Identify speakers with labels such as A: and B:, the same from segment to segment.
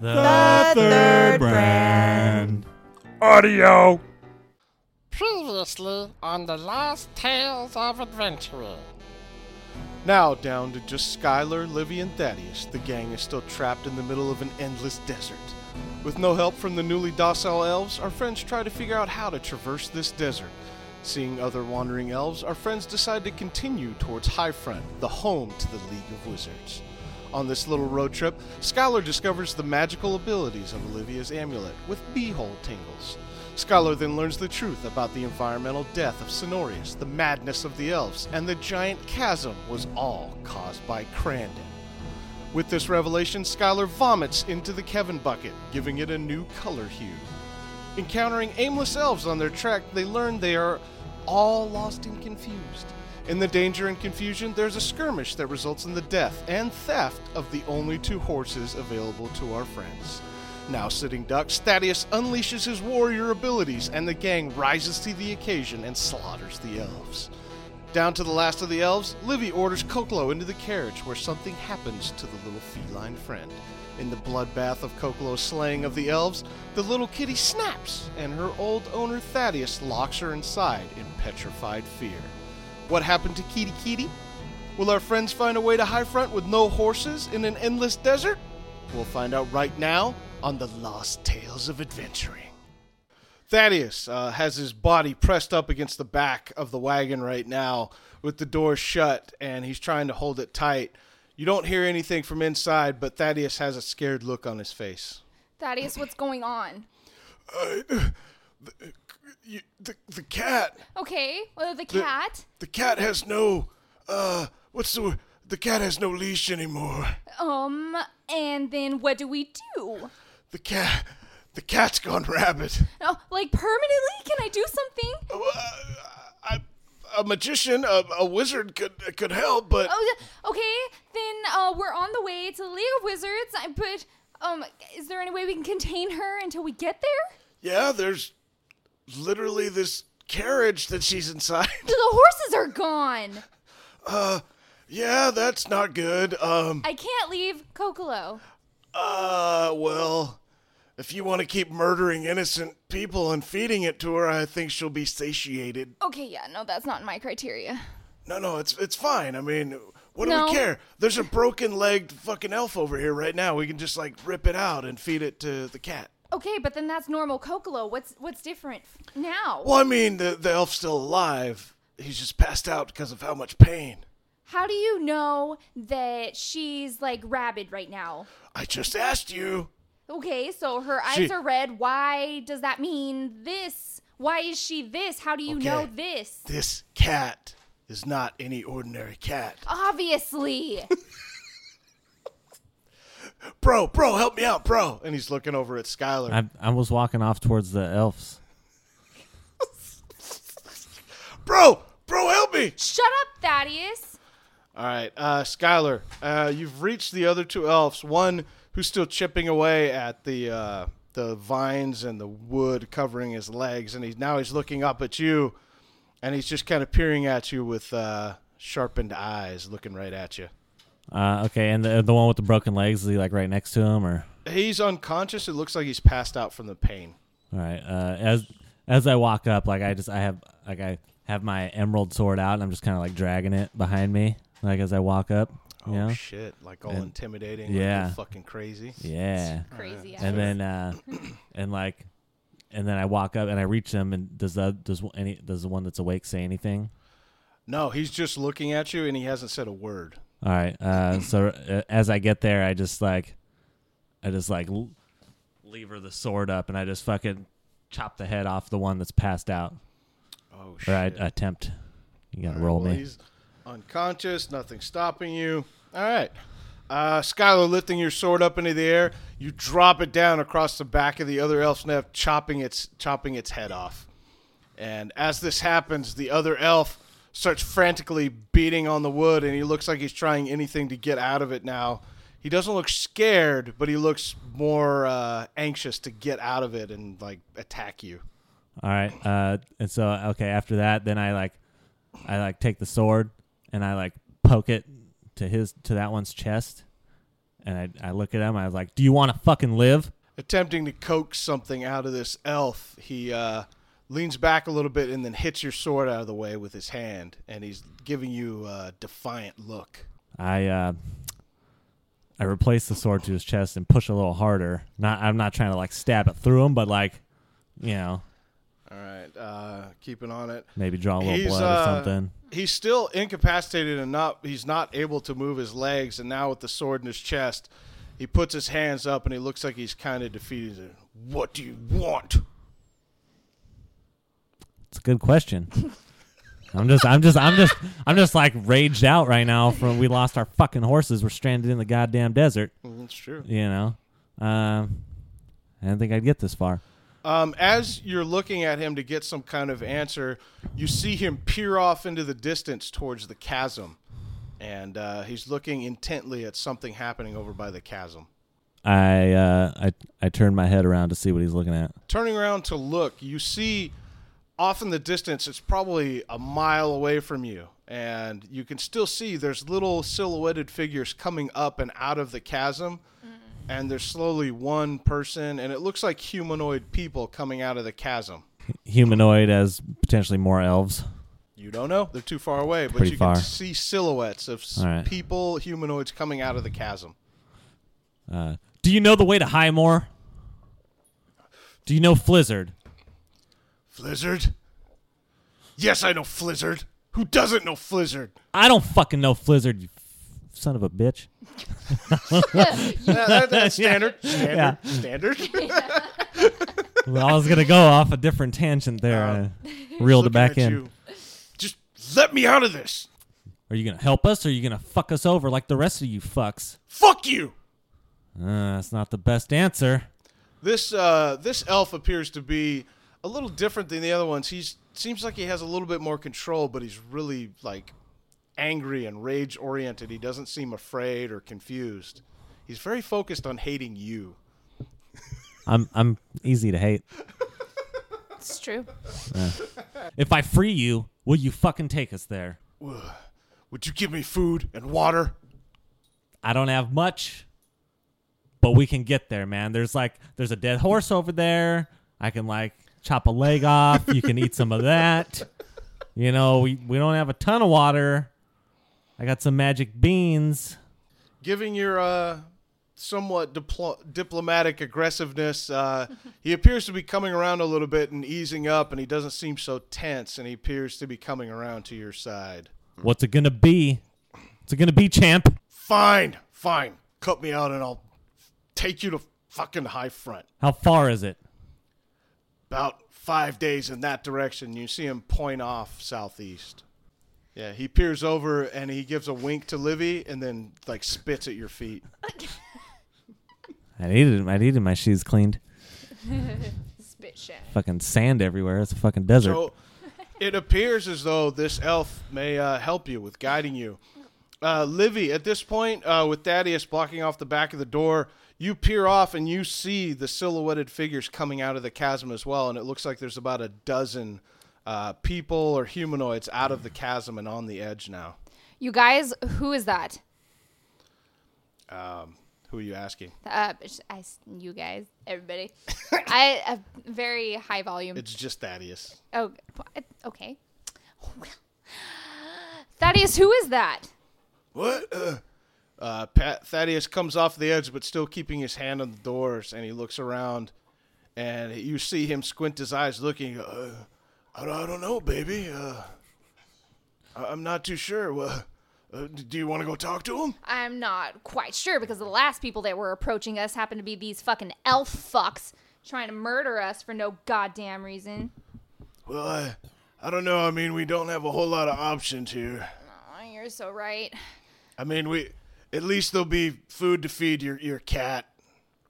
A: The,
B: third brand.
C: Audio.
D: Previously on the Lost Tales of Adventuring.
E: Now down to just Skylar, Livy, and Thaddeus, the gang is still trapped in the middle of an endless desert. With no help from the newly docile elves, our friends try to figure out how to traverse this desert. Seeing other wandering elves, our friends decide to continue towards High Front, the home to the League of Wizards. On this little road trip, Skylar discovers the magical abilities of Olivia's amulet with beehole tingles. Skylar then learns the truth about the environmental death of Cenorius, the madness of the elves, and the giant chasm was all caused by Crandon. With this revelation, Skylar vomits into the Kevin bucket, giving it a new color hue. Encountering aimless elves on their trek, they learn they are all lost and confused. In the danger and confusion, there's a skirmish that results in the death and theft of the only two horses available to our friends. Now sitting ducks, Thaddeus unleashes his warrior abilities, and the gang rises to the occasion and slaughters the elves. Down to the last of the elves, Livy orders Koklo into the carriage where something happens to the little feline friend. In the bloodbath of Koklo's slaying of the elves, the little kitty snaps, and her old owner Thaddeus locks her inside in petrified fear. What happened to Kitty Kitty? Will our friends find a way to High Front with no horses in an endless desert? We'll find out right now on the Lost Tales of Adventuring. Thaddeus uh, has his body pressed up against the back of the wagon right now with the door shut and he's trying to hold it tight. You don't hear anything from inside, but Thaddeus has a scared look on his face.
B: Thaddeus, what's going on?
E: You, the, the cat,
B: Okay, well, the cat.
E: the cat has no, uh, what's the, the cat has no leash anymore.
B: Um, and then what do we do?
E: The cat, the cat's gone rabid.
B: Oh, like permanently? Can I do something?
E: I, a magician, a, a wizard could could help, but
B: Oh, yeah, okay. Then uh, we're on the way to the League of Wizards. I but um, is there any way we can contain her until we get there?
E: yeah, there's literally this carriage that she's inside.
B: The horses are gone.
E: yeah, that's not good. Um,
B: I can't leave Kokolo.
E: uh, well, if you want to keep murdering innocent people and feeding it to her, I think she'll be satiated.
B: Okay, yeah, no, that's not my criteria.
E: No, no, it's it's fine. I mean, what do
B: No.
E: we care? There's a broken-legged fucking elf over here right now. We can just like rip it out and feed it to the cat.
B: Okay, but then that's normal Kokolo. What's what's different f- now?
E: Well, I mean, the, the elf's still alive. He's just passed out because of how much pain.
B: How do you know that she's like rabid right now?
E: I just asked you.
B: Okay, so her eyes
E: She-
B: are red. Why does that mean this? Why is she this? How do you know
E: Okay.
B: this?
E: This cat is not any ordinary cat.
B: Obviously.
E: Bro, bro, help me out, bro. And he's looking over at Skylar.
A: I, I was walking off towards the elves.
E: bro, bro, help me.
B: Shut up, Thaddeus.
E: All right, uh, Skylar, uh, you've reached the other two elves. One who's still chipping away at the uh, the vines and the wood covering his legs, and he's now he's looking up at you, and he's just kind of peering at you with uh, sharpened eyes, looking right at you.
A: Uh, okay, and the, the one with the broken legs, is he like right next to him or?
E: He's unconscious. It looks like he's passed out from the pain.
A: All right. Uh, as as I walk up, like I just I have like I have my emerald sword out, and I'm just kind of like dragging it behind me, like as I walk up. You know?
E: Oh shit! Like all intimidating. Yeah.
A: yeah.
E: fucking crazy.
A: yeah.
B: Crazy.
A: And then uh, and like, and then I walk up and I reach them, and does the does any does the one that's awake say anything?
E: No, he's just looking at you, and he hasn't said a word.
A: All right. Uh, so uh, as I get there, I just like, I just like l- lever the sword up, and I just fucking chop the head off the one that's passed out.
E: Oh
A: Or
E: shit!
A: I attempt. You gotta roll
E: Well,
A: me.
E: He's unconscious. Nothing stopping you. All right. Uh, Skylar, lifting your sword up into the air, you drop it down across the back of the other elf's neck, chopping its chopping its head off. And as this happens, the other elf starts frantically beating on the wood, and he looks like he's trying anything to get out of it now. He doesn't look scared, but he looks more uh, anxious to get out of it and like attack you.
A: All right. Uh, and so okay, after that, then I like, I like take the sword and I like poke it to his to that one's chest, And I, I look at him. I was like, "Do you want to fucking live?"
E: attempting to coax something out of this elf, he uh, leans back a little bit and then hits your sword out of the way with his hand, and he's giving you a defiant look.
A: I uh, I replace the sword to his chest and push a little harder. Not I'm not trying to like stab it through him, but like, you know,
E: All right, uh, keeping on it.
A: maybe draw a little
E: He's,
A: blood
E: uh,
A: or something.
E: He's still incapacitated and not he's not able to move his legs, and now with the sword in his chest, he puts his hands up and he looks like he's kind of defeated. What do you want?
A: It's a good question. I'm just, I'm just, I'm just, I'm just like raged out right now. From we lost our fucking horses. We're stranded in the goddamn desert.
E: Mm, That's true.
A: You know, um, I didn't think I'd get this far.
E: Um, as you're looking at him to get some kind of answer, you see him peer off into the distance towards the chasm, and uh, he's looking intently at something happening over by the chasm.
A: I, uh, I, I turned my head around to see what he's looking at.
E: Turning around to look, you see off in the distance, it's probably a mile away from you, and you can still see there's little silhouetted figures coming up and out of the chasm. And there's slowly one person, and it looks like humanoid people coming out of the chasm.
A: Humanoid as potentially more elves.
E: You don't know. They're too far away, but
A: Pretty
E: you
A: far.
E: can see silhouettes of s
A: All right.
E: people, humanoids coming out of the chasm.
A: Uh, do you know the way to Highmore? Do you know Flizzard?
E: Flizzard? Yes, I know Flizzard. Who doesn't know Flizzard?
A: I don't fucking know Flizzard, you f- son of a bitch.
E: That- that- that's standard. Standard. Standard.
A: Well, I was gonna go off a different tangent there.
E: Uh,
A: I reeled it back
E: Looking
A: in.
E: at you. Just let me out of this.
A: Are you gonna help us or are you gonna fuck us over like the rest of you fucks?
E: Fuck you.
A: Uh, that's not the best answer.
E: This uh, this elf appears to be a little different than the other ones. He's seems like he has a little bit more control, but he's really like angry and rage oriented. He doesn't seem afraid or confused. He's very focused on hating you.
A: I'm I'm easy to hate.
B: It's true.
A: If I free you, will you fucking take us there?
E: Would you give me food and water?
A: I don't have much, but we can get there, man. There's like there's a dead horse over there. I can like chop a leg off. You can eat some of that. You know, we, we don't have a ton of water. I got some magic beans.
E: Giving your uh, somewhat diplo- diplomatic aggressiveness, uh, he appears to be coming around a little bit and easing up, and he doesn't seem so tense, and he appears to be coming around to your side.
A: What's it gonna be? What's it gonna be, champ?
E: Fine, fine. Cut me out and I'll take you to fucking high front.
A: How far is it?
E: About five days in that direction. You see him point off southeast. Yeah, he peers over and he gives a wink to Livy and then like spits at your feet.
A: I needed I needed my shoes cleaned.
B: Spit shine.
A: Fucking sand everywhere. It's a fucking desert.
E: So it appears as though this elf may uh, help you with guiding you. Uh, Livy, at this point, uh, with Thaddeus blocking off the back of the door, you peer off and you see the silhouetted figures coming out of the chasm as well. And it looks like there's about a dozen uh, people or humanoids out of the chasm and on the edge now.
B: You guys, who is that?
E: Who are you asking?
B: Uh, it's- I, s- you guys, everybody. I a very high volume.
E: It's just Thaddeus.
B: oh, okay. Well, Thaddeus, who is that?
E: What? Uh, Pat, Thaddeus comes off the edge, but still keeping his hand on the doors, and he looks around, and you see him squint his eyes, looking. Uh, I, don't- I don't know, baby. Uh, I- I'm not too sure. Well, uh, d- do you want to go talk to him?
B: I'm not quite sure because the last people that were approaching us happened to be these fucking elf fucks trying to murder us for no goddamn reason.
E: Well, I, I don't know. I mean, we don't have a whole lot of options here.
B: Oh, you're so right.
E: I mean, we at least there'll be food to feed your your cat.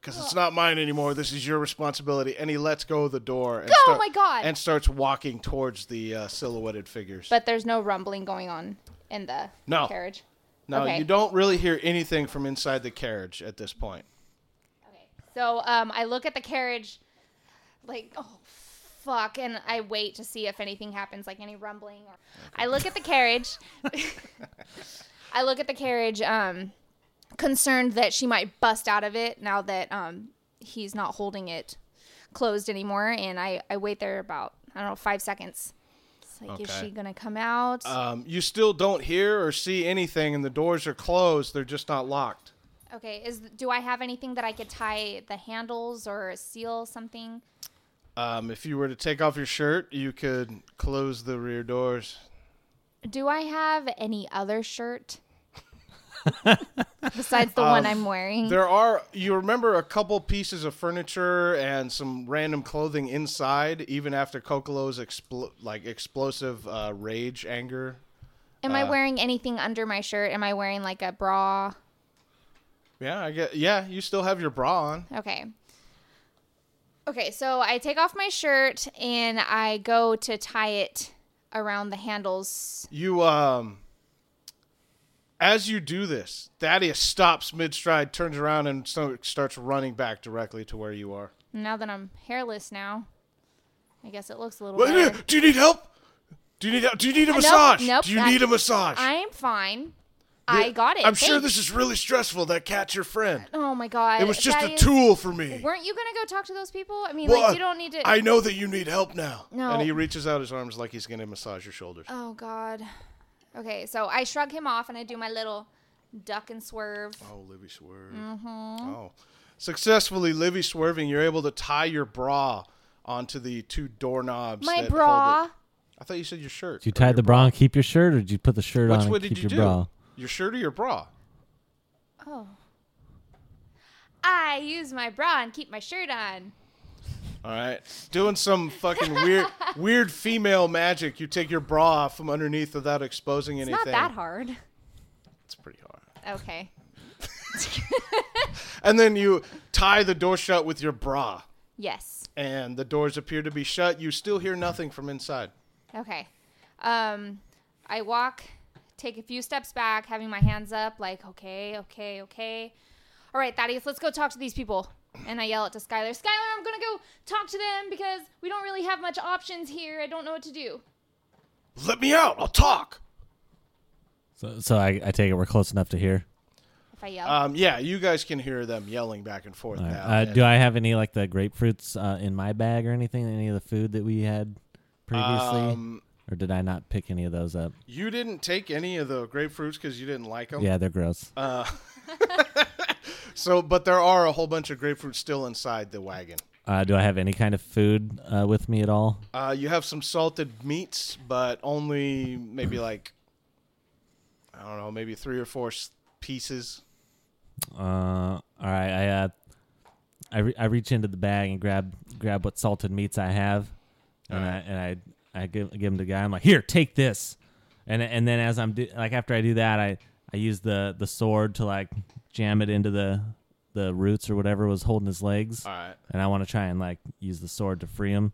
E: Because it's not mine anymore. This is your responsibility. And he lets go of the door. And
B: Go,
E: start-
B: Oh my God.
E: And starts walking towards the uh, silhouetted figures.
B: But there's no rumbling going on in the
E: No.
B: carriage.
E: no,
B: okay.
E: you don't really hear anything from inside the carriage at this point.
B: Okay. So um, I look at the carriage, like, oh, fuck. And I wait to see if anything happens, like any rumbling. Or... I look at the carriage. I look at the carriage. Um, concerned that she might bust out of it now that um, he's not holding it closed anymore. And I, I wait there about, I don't know, five seconds. It's like, is
E: Okay.
B: she going to come out?
E: Um, you still don't hear or see anything, and the doors are closed. They're just not locked.
B: okay, is do I have anything that I could tie the handles or seal something?
E: Um, if you were to take off your shirt, you could close the rear doors.
B: Do I have any other shirt? Besides the one I'm wearing.
E: Um, There are, you remember a couple pieces of furniture and some random clothing inside, even after Kokolo's expl- like explosive uh, rage anger.
B: Am
E: uh,
B: I wearing anything under my shirt? Am I wearing like a bra?
E: Yeah, I get. Yeah, you still have your bra on.
B: Okay. Okay, so I take off my shirt and I go to tie it around the handles.
E: You um as you do this, Thaddeus stops mid stride, turns around, and so starts running back directly to where you are.
B: Now that I'm hairless now, I guess it looks a little
E: Wait,
B: better.
E: do you need help? Do you need help? Do you need a
B: nope,
E: massage?
B: nope,
E: do you
B: I-
E: need a massage?
B: I'm fine. I got it.
E: I'm sure
B: thanks.
E: this is really stressful. That cat's your friend.
B: Oh my god.
E: It was just
B: that
E: a
B: is-
E: tool for me.
B: Weren't you gonna go talk to those people? I mean,
E: Well,
B: like you don't need to.
E: I know that you need help now.
B: No.
E: And he reaches out his arms like he's going to massage your shoulders.
B: Oh god. Okay, so I shrug him off and I do my little duck and swerve.
E: Oh, Livy swerve.
B: Mm-hmm.
E: Oh, successfully Livy swerving, you're able to tie your bra onto the two doorknobs.
B: My
E: that
B: bra.
E: Hold it. I thought you said your shirt.
A: Did you tie the bra and keep your shirt, or did you put the shirt
E: Which
A: on
E: one
A: and
E: did
A: keep
E: you
A: your
E: do?
A: bra?
E: Your shirt or your bra?
B: Oh. I use my bra and keep my shirt on.
E: All right, doing some fucking weird, weird female magic. You take your bra off from underneath without exposing
B: It's
E: anything.
B: not that hard.
E: It's pretty hard.
B: Okay.
E: And then you tie the door shut with your bra,
B: Yes.
E: and the doors appear to be shut. You still hear nothing from inside.
B: Okay. Um, I walk, take a few steps back, having my hands up, like, okay, okay, okay. All right, Thaddeus, let's go talk to these people. And I yell it to Skylar. Skylar, I'm gonna go talk to them because we don't really have much options here. I don't know what to do.
E: Let me out. I'll talk.
A: So, so I, I take it we're close enough to hear.
B: If I yell,
E: Um, yeah, you guys can hear them yelling back and forth
A: All right.
E: now.
A: Uh,
E: and-
A: do I have any like the grapefruits uh, in my bag or anything? Any of the food that we had previously,
E: Um,
A: or did I not pick any of those up?
E: You didn't take any of the grapefruits because you didn't like them.
A: Yeah, they're gross.
E: So, but there are a whole bunch of grapefruits still inside the wagon.
A: Uh, do I have any kind of food uh, with me at all?
E: Uh, you have some salted meats, but only maybe like I don't know, maybe three or four s- pieces.
A: Uh, all right, I uh, I, re- I reach into the bag and grab grab what salted meats I have, and I and I I give, give him the guy. I'm like, here, take this, and and then as I'm do, like after I do that, I I use the the sword to like jam it into the the roots or whatever was holding his legs.
E: All right.
A: and I want to try and like use the sword to free him.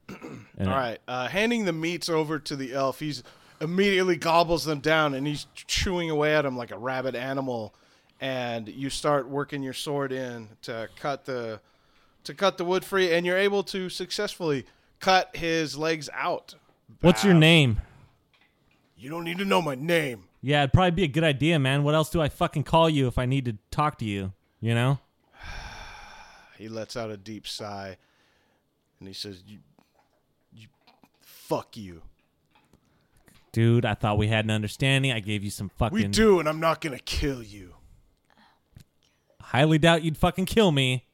A: And
E: All right. Uh, handing the meats over to the elf, he's immediately gobbles them down and he's chewing away at them like a rabid animal. And you start working your sword in to cut the to cut the wood free, and you're able to successfully cut his legs out.
A: What's your name?
E: You don't need to know my name.
A: Yeah, it'd probably be a good idea, man. What else do I fucking call you if I need to talk to you? You know?
E: He lets out a deep sigh, and he says, "You, you, fuck you.
A: Dude, I thought we had an understanding. I gave you some fucking.
E: We do, and I'm not gonna kill you."
A: Highly doubt you'd fucking kill me.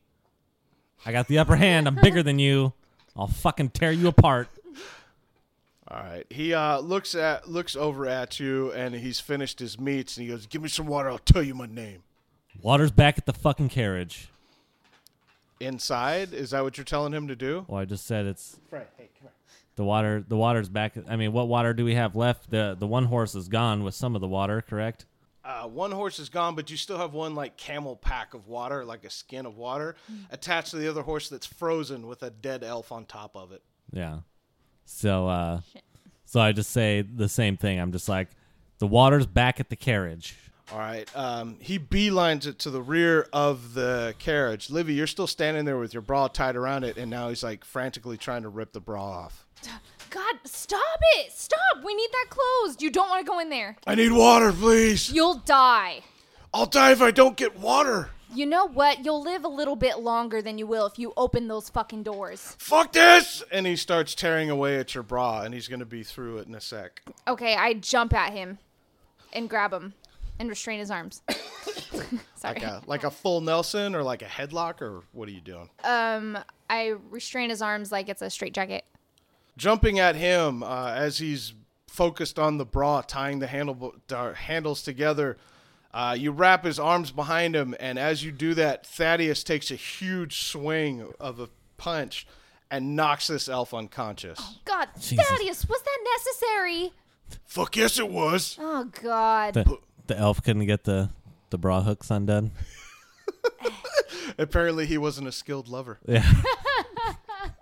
A: I got the upper hand. I'm bigger than you. I'll fucking tear you apart.
E: All right. He uh, looks at looks over at you, and he's finished his meats, and he goes, "Give me some water. I'll tell you my name."
A: Water's back at the fucking carriage.
E: Inside, is that what you're telling him to do?
A: Well, I just said it's
E: Right. Hey, come here.
A: the water. The water's back. I mean, what water do we have left? The the one horse is gone with some of the water, correct?
E: Uh, one horse is gone, but you still have one like camel pack of water, like a skin of water, attached to the other horse that's frozen with a dead elf on top of it.
A: Yeah. So uh so I just say the same thing. I'm just like the water's back at the carriage.
E: All right. Um, he beelines it to the rear of the carriage. Livy, you're still standing there with your bra tied around it, and now he's like frantically trying to rip the bra off.
B: God, stop it! Stop! We need that closed. You don't want to go in there.
E: I need water, please.
B: You'll die.
E: I'll die if I don't get water.
B: You know what? You'll live a little bit longer than you will if you open those fucking doors.
E: Fuck this! And he starts tearing away at your bra, and he's gonna be through it in a sec.
B: Okay, I jump at him and grab him and restrain his arms. Sorry.
E: Like a, like a full Nelson or like a headlock, or what are you doing?
B: Um, I restrain his arms like it's a straitjacket.
E: jumping at him uh, as he's focused on the bra, tying the handle, uh, handles together. Uh, you wrap his arms behind him, and as you do that, Thaddeus takes a huge swing of a punch and knocks this elf unconscious.
B: God,
A: Jesus.
B: Thaddeus, was that necessary?
E: Fuck yes, it was.
B: Oh God.
A: The, the elf couldn't get the the bra hooks undone.
E: Apparently, he wasn't a skilled lover.
A: Yeah.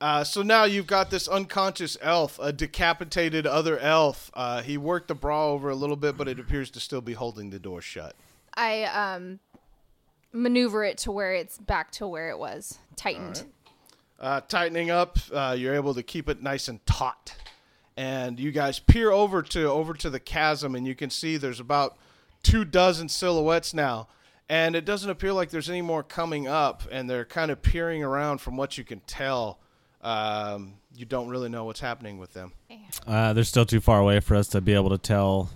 E: Uh, so now you've got this unconscious elf, a decapitated other elf. Uh, he worked the bra over a little bit, but it appears to still be holding the door shut.
B: I um maneuver it to where it's back to where it was tightened.
E: uh, tightening up. Uh, you're able to keep it nice and taut. And you guys peer over to over to the chasm, and you can see there's about two dozen silhouettes now. And it doesn't appear like there's any more coming up, and they're kind of peering around from what you can tell. Um, you don't really know what's happening with them.
A: Uh, they're still too far away for us to be able to tell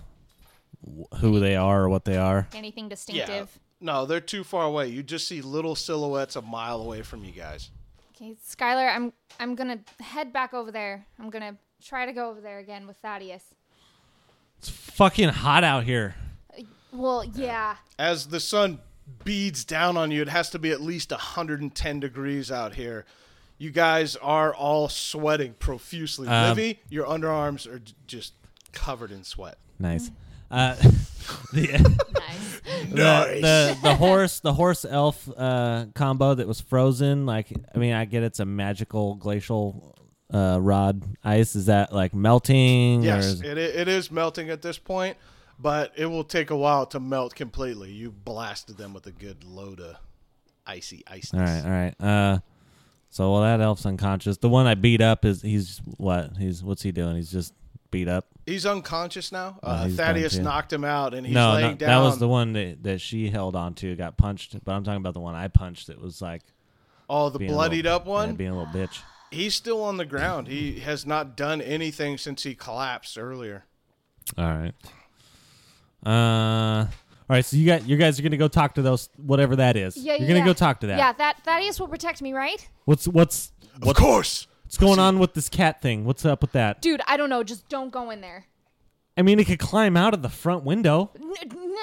A: wh- who they are or what they are.
B: Anything distinctive?
E: No, they're too far away. You just see little silhouettes a mile away from you guys.
B: Okay, Skylar, I'm I'm gonna head back over there. I'm gonna try to go over there again with Thaddeus.
A: It's fucking hot out here.
B: Well, yeah.
E: as the sun beads down on you, it has to be at least 110 degrees out here. You guys are all sweating profusely.
A: Um,
E: Livy, your underarms are j- just covered in sweat.
A: Nice. Uh, the,
B: Nice.
A: the, the the horse the horse elf uh, combo that was frozen. Like I mean, I get it's a magical glacial uh, rod ice. Is that like melting? or
E: Yes,
A: is-
E: it, i- it is melting at this point, but it will take a while to melt completely. You blasted them with a good load of icy
A: all
E: iceness.
A: right, all right. Uh, so well, that elf's unconscious. The one I beat up is he's what he's what's he doing? He's just beat up.
E: He's unconscious now. Uh,
A: he's done
E: Thaddeus
A: too.
E: knocked him out, and he's
A: no,
E: laying
A: no,
E: down.
A: that was the one that, that she held on to, got punched. But I'm talking about the one I punched that was like
E: oh, the
A: being a
E: bloodied
A: little-
E: up one.
A: yeah, being a little bitch.
E: He's still on the ground. He has not done anything since he collapsed earlier.
A: All right. Uh, all right. So you got you guys are gonna go talk to those whatever that is.
B: Yeah,
A: You're gonna
B: yeah.
A: go talk to that.
B: Yeah, that Thaddeus will protect me, right?
A: What's what's
E: Of course.
A: what's going on with this cat thing? What's up with that?
B: Dude, I don't know. Just don't go in there.
A: I mean, it could climb out of the front window.
B: N- n-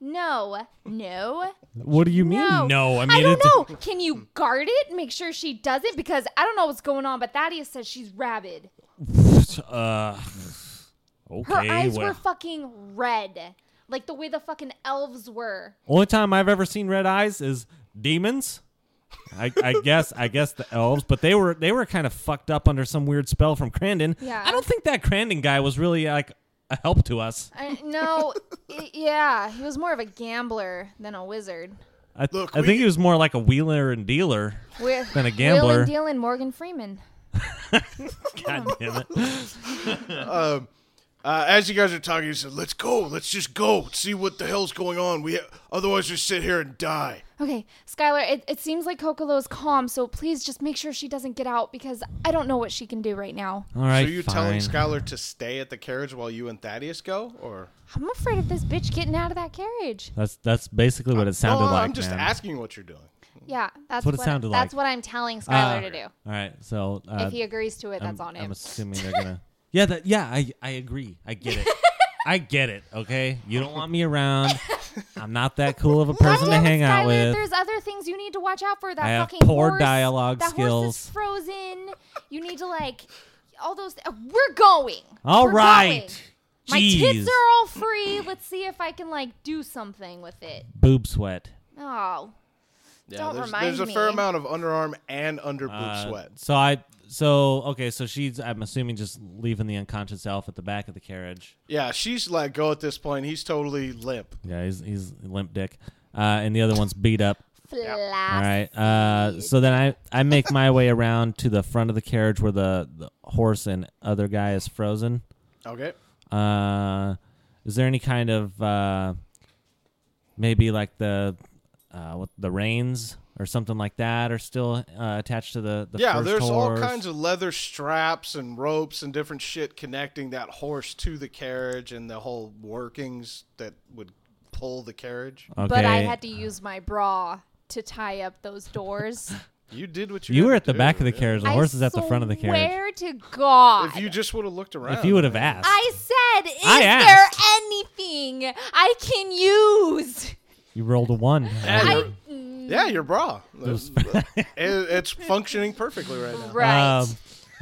B: no, no,
A: What do you mean?
B: no.
A: I mean,
B: don't
A: it's
B: know. Can you guard it? Make sure she doesn't, because I don't know what's going on. But Thaddeus says she's rabid.
A: uh. Okay.
B: Her eyes
A: well.
B: were fucking red, like the way the fucking elves were.
A: Only time I've ever seen red eyes is demons. I, I guess I guess the elves, but they were they were kind of fucked up under some weird spell from Crandon.
B: Yeah.
A: I don't think that Crandon guy was really like a help to us.
B: I, no, i yeah, he was more of a gambler than a wizard.
A: I,
E: Look,
A: I
E: we-
A: think he was more like a wheeler and dealer.
B: With
A: Than a
B: Will
A: gambler.
B: and Dylan Morgan Freeman.
A: God damn it!
E: Uh, as you guys are talking, he said, "Let's go. Let's just go. See what the hell's going on. We otherwise just sit here and die."
B: Okay, Skylar, it, it seems like Kokolo is calm, so please just make sure she doesn't get out because I don't know what she can do right now.
A: All right,
E: so you
A: fine.
E: telling Skylar to stay at the carriage while you and Thaddeus go, or
B: I'm afraid of this bitch getting out of that carriage.
A: That's that's basically what it sounded
E: No,
A: like.
E: I'm just
A: man.
E: asking what you're doing.
B: Yeah, that's
A: what it sounded
B: That's
A: like.
B: what I'm telling Skylar
A: Uh,
B: to do.
A: All right, so uh,
B: If he agrees to it, that's
A: I'm,
B: on him.
A: I'm assuming they're gonna. Yeah, that. Yeah, I I agree. I get it. I get it. Okay, you don't want me around. I'm not that cool of a person to
B: Damn it,
A: hang out
B: Skylar,
A: with.
B: There's other things you need to watch out for. That
A: I have
B: fucking
A: poor
B: horse-
A: dialogue
B: that Horse
A: skills.
B: is frozen. You need to like all those. uh, we're going.
A: All
B: We're
A: right.
B: going. My
A: Jeez.
B: tits are all free. Let's see if I can like do something with it.
A: Boob sweat.
B: Oh,
E: Yeah,
B: Don't
E: there's,
B: remind
E: There's a fair
B: me.
E: amount of underarm and underboob
A: Uh,
E: sweat.
A: So I. So okay. So she's. I'm assuming just leaving the unconscious elf at the back of the carriage.
E: Yeah, she's let go at this point. He's totally limp.
A: Yeah, he's he's limp dick, uh, and the other one's beat up. All
B: flash.
A: right. Uh, so then I I make my way around to the front of the carriage where the, the horse and other guy is frozen.
E: Okay.
A: Uh, is there any kind of uh, maybe like the uh, what, the reins or something like that are still uh, attached to the, the
E: yeah,
A: first
E: there's all
A: horse.
E: kinds of leather straps and ropes and different shit connecting that horse to the carriage and the whole workings that would pull the carriage.
A: okay.
B: But I had to use my bra to tie up those doors.
E: You did what you
A: you were
E: had
A: at the
E: to do,
A: back of the
E: yeah.
A: carriage. The
B: I
A: horse is at the front of the carriage.
B: Swear to God.
E: If you just would have looked around,
A: If you would have asked,
B: I said, is
A: I
B: there anything I can use?
A: you rolled a one.
E: Yeah,
B: I
E: your- yeah, your bra. It- it's functioning perfectly right now.
B: right.
A: Um,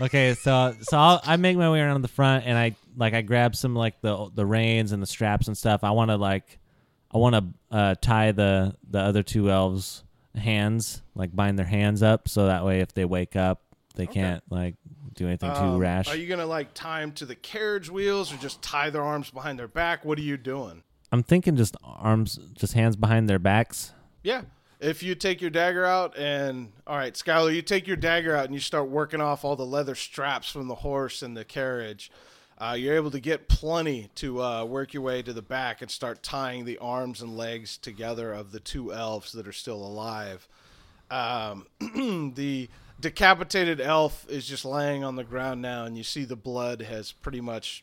A: okay, so so I'll, I make my way around the front, and I like I grab some like the the reins and the straps and stuff. I want to like I want to uh, tie the the other two elves' hands, like bind their hands up, so that way if they wake up, they can't like do anything
E: Um,
A: too rash.
E: Are you gonna like tie them to the carriage wheels or just tie their arms behind their back? What are you doing?
A: I'm thinking just arms, just hands behind their backs.
E: Yeah. If you take your dagger out and all right, Skylar, you take your dagger out and you start working off all the leather straps from the horse and the carriage. Uh, you're able to get plenty to uh, work your way to the back and start tying the arms and legs together of the two elves that are still alive. Um, the decapitated elf is just laying on the ground now, and you see the blood has pretty much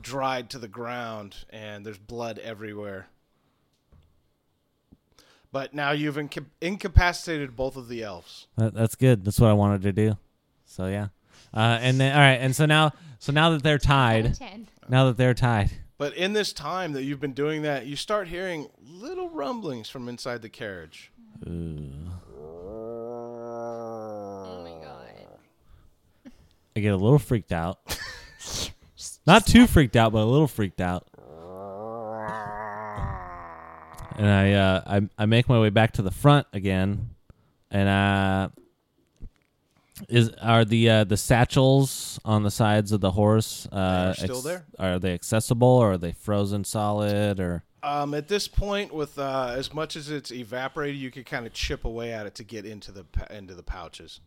E: dried to the ground, and there's blood everywhere. But now you've inca- incapacitated both of the elves.
A: That, that's good. That's what I wanted to do. So yeah, uh, and then all right, and so now so now that they're tied,
B: Ten.
A: now that they're tied.
E: But in this time that you've been doing that, you start hearing little rumblings from inside the carriage.
B: Oh my God.
A: I get a little freaked out. Not too freaked out, but a little freaked out. And I, uh, I, I make my way back to the front again, and uh, is are the uh, the satchels on the sides of the horse uh,
E: They're still there.
A: Are they accessible, or are they frozen solid, or
E: Um, at this point, with uh, as much as it's evaporated, you could kind of chip away at it to get into the pa- into the pouches.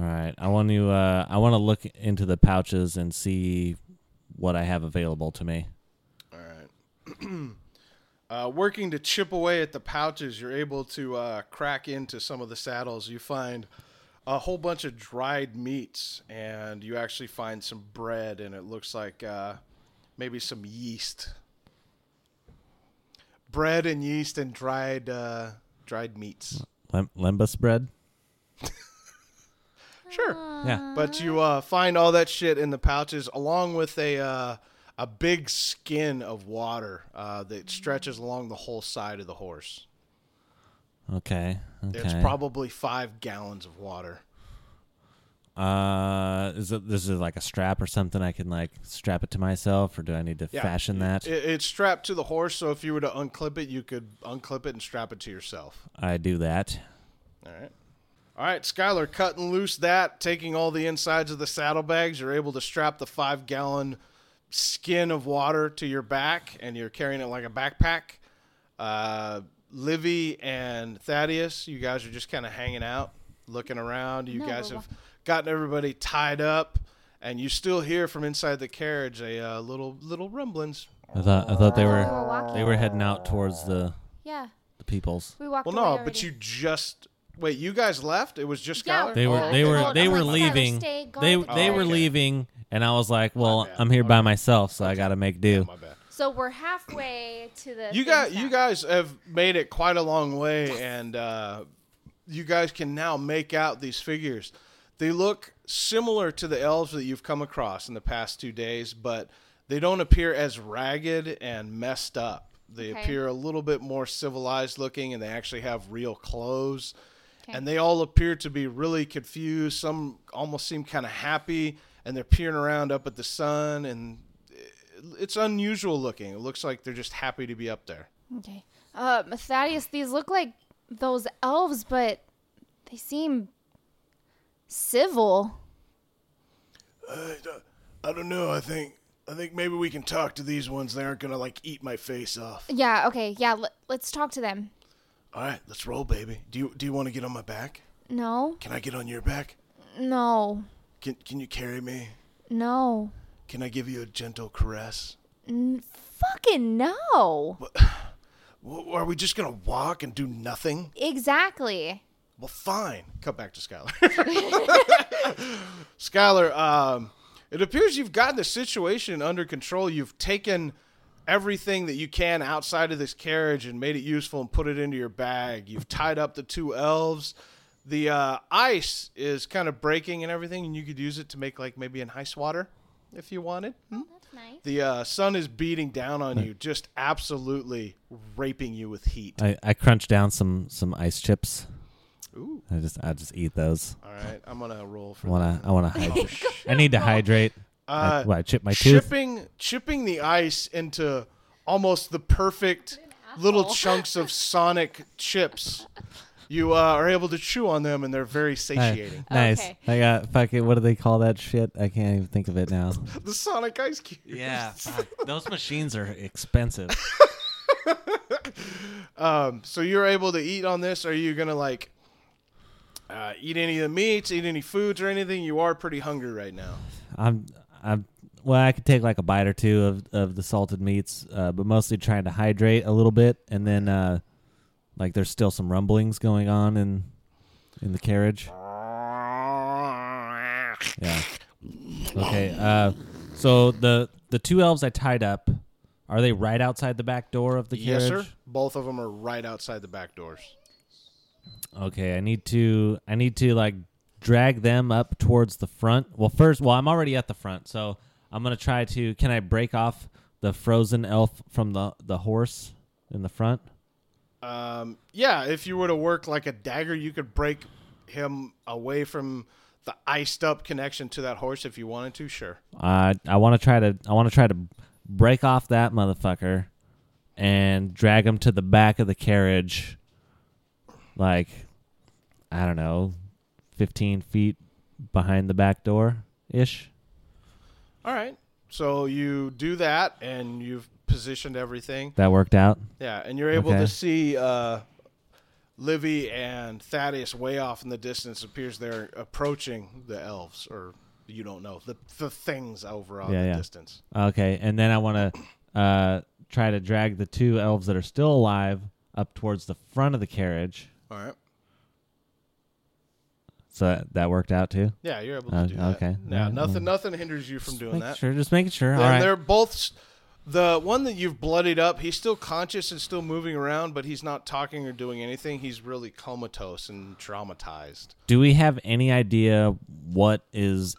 A: All right, I want to uh, I want to look into the pouches and see what I have available to me.
E: All right. uh, working to chip away at the pouches, you're able to uh, crack into some of the saddles. You find a whole bunch of dried meats, and you actually find some bread, and it looks like uh, maybe some yeast. Bread and yeast and dried uh, dried meats.
A: Lem- Lembus bread.
E: Sure.
A: Yeah.
E: But you uh, find all that shit in the pouches, along with a uh, a big skin of water uh, that stretches along the whole side of the horse.
A: Okay. Okay.
E: It's probably five gallons of water.
A: Uh, is it this is like a strap or something? I can like strap it to myself, or do I need to
E: Yeah.
A: fashion that?
E: It, it's strapped to the horse, so if you were to unclip it, you could unclip it and strap it to yourself.
A: I do that.
E: All right. All right, Skylar, cutting loose that, taking all the insides of the saddlebags, you're able to strap the five gallon skin of water to your back, and you're carrying it like a backpack. Uh, Livy and Thaddeus, you guys are just kind of hanging out, looking around. You
B: No,
E: guys
B: but
E: have gotten everybody tied up, and you still hear from inside the carriage a uh, little little rumblings.
A: I thought I thought they
B: We were
A: were
B: walking.
A: they were heading out towards the
B: Yeah.
A: the peoples.
B: We walked
E: Well,
B: away
E: no, but
B: already.
E: you just wait. You guys left. It was just
B: Yeah,
E: Skylar.
A: They were
E: Oh,
A: they
E: okay.
A: were
B: Hold
A: they
B: on,
A: were
B: Skylar,
A: leaving.
B: stay, guard
A: They
B: the
A: they were
E: carriage.
A: leaving, and I was like, well,
E: bad.
A: I'm here by myself, so I gotta make do.
E: My bad.
B: So we're halfway to the.
E: You got you guys have made it quite a long way, and uh, you guys can now make out these figures. They look similar to the elves that you've come across in the past two days, but they don't appear as ragged and messed up. They
B: Okay.
E: appear a little bit more civilized looking, and they actually have real clothes.
B: Okay.
E: And they all appear to be really confused. Some almost seem kind of happy, and they're peering around up at the sun, and it's unusual looking. It looks like they're just happy to be up there.
B: Okay. Um, Thaddeus, these look like those elves, but they seem civil.
E: I don't know. I think I think maybe we can talk to these ones. They aren't gonna like eat my face off.
B: Yeah. Okay. Yeah. Let, let's talk to them.
E: All right, let's roll, baby. Do you do you want to get on my back?
B: No.
E: Can I get on your back?
B: No.
E: Can Can you carry me?
B: No.
E: Can I give you a gentle caress?
B: Fucking no.
E: "W- Are we just gonna walk and do nothing?
B: Exactly.
E: Well, fine. Cut back to Skylar. Skylar, um, it appears you've gotten the situation under control. You've taken everything that you can outside of this carriage and made it useful and put it into your bag. You've tied up the two elves. The uh, ice is kind of breaking and everything, and you could use it to make like maybe an ice water if you wanted. Hmm?
B: That's nice.
E: The uh, sun is beating down on you, just absolutely raping you with heat.
A: I, I crunch down some some ice chips.
E: Ooh.
A: I just I just eat those.
E: All right, I'm gonna roll for
A: I wanna I wanna hydrate.
E: that.
A: I need to hydrate. I,
E: Uh,
A: what, I chip my tooth.
E: chipping chipping the ice into almost the perfect little chunks of sonic chips. You uh, are able to chew on them, and they're very satiating.
A: Nice.
B: Okay.
A: I got fucking what do they call that shit? I can't even think of it now.
E: The sonic ice cube.
A: Yeah, fuck. those machines are expensive.
E: Um, so you're able to eat on this. Are you gonna like uh, eat any of the meats, eat any foods or anything? You are pretty hungry right now.
A: I'm I'm well, I could take like a bite or two of of the salted meats, uh, but mostly trying to hydrate a little bit, and then uh, like there's still some rumblings going on in in the carriage. Yeah. Okay. Uh, so the the two elves I tied up, are they right outside the back door of the carriage?
E: Yes, sir. Both of them are right outside the back doors.
A: Okay, I need to I need to like drag them up towards the front. Well, first, well, I'm already at the front, so I'm going to try to can I break off the frozen elf from the the horse in the front?
E: Um, yeah, if you were to work like a dagger, you could break him away from the iced up connection to that horse if you wanted to. Sure.
A: I Uh, I want to try to I want to try to break off that motherfucker and drag him to the back of the carriage like I don't know, 15 feet behind the back door ish.
E: All right. So you do that, and you've positioned everything.
A: That worked out.
E: Yeah, and you're able
A: Okay.
E: to see uh, Livy and Thaddeus way off in the distance. Appears they're approaching the elves, or you don't know the the things over on
A: Yeah,
E: the
A: yeah.
E: distance.
A: Okay, and then I want to uh, try to drag the two elves that are still alive up towards the front of the carriage.
E: All right.
A: So that, that worked out too.
E: Yeah, you're able to
A: Uh,
E: do that.
A: okay.
E: Yeah,
A: All right,
E: nothing nothing hinders you from doing
A: Making
E: that.
A: sure, just making sure. All
E: And
A: right.
E: they're both s- the one that you've bloodied up. He's still conscious and still moving around, but he's not talking or doing anything. He's really comatose and traumatized.
A: Do we have any idea what is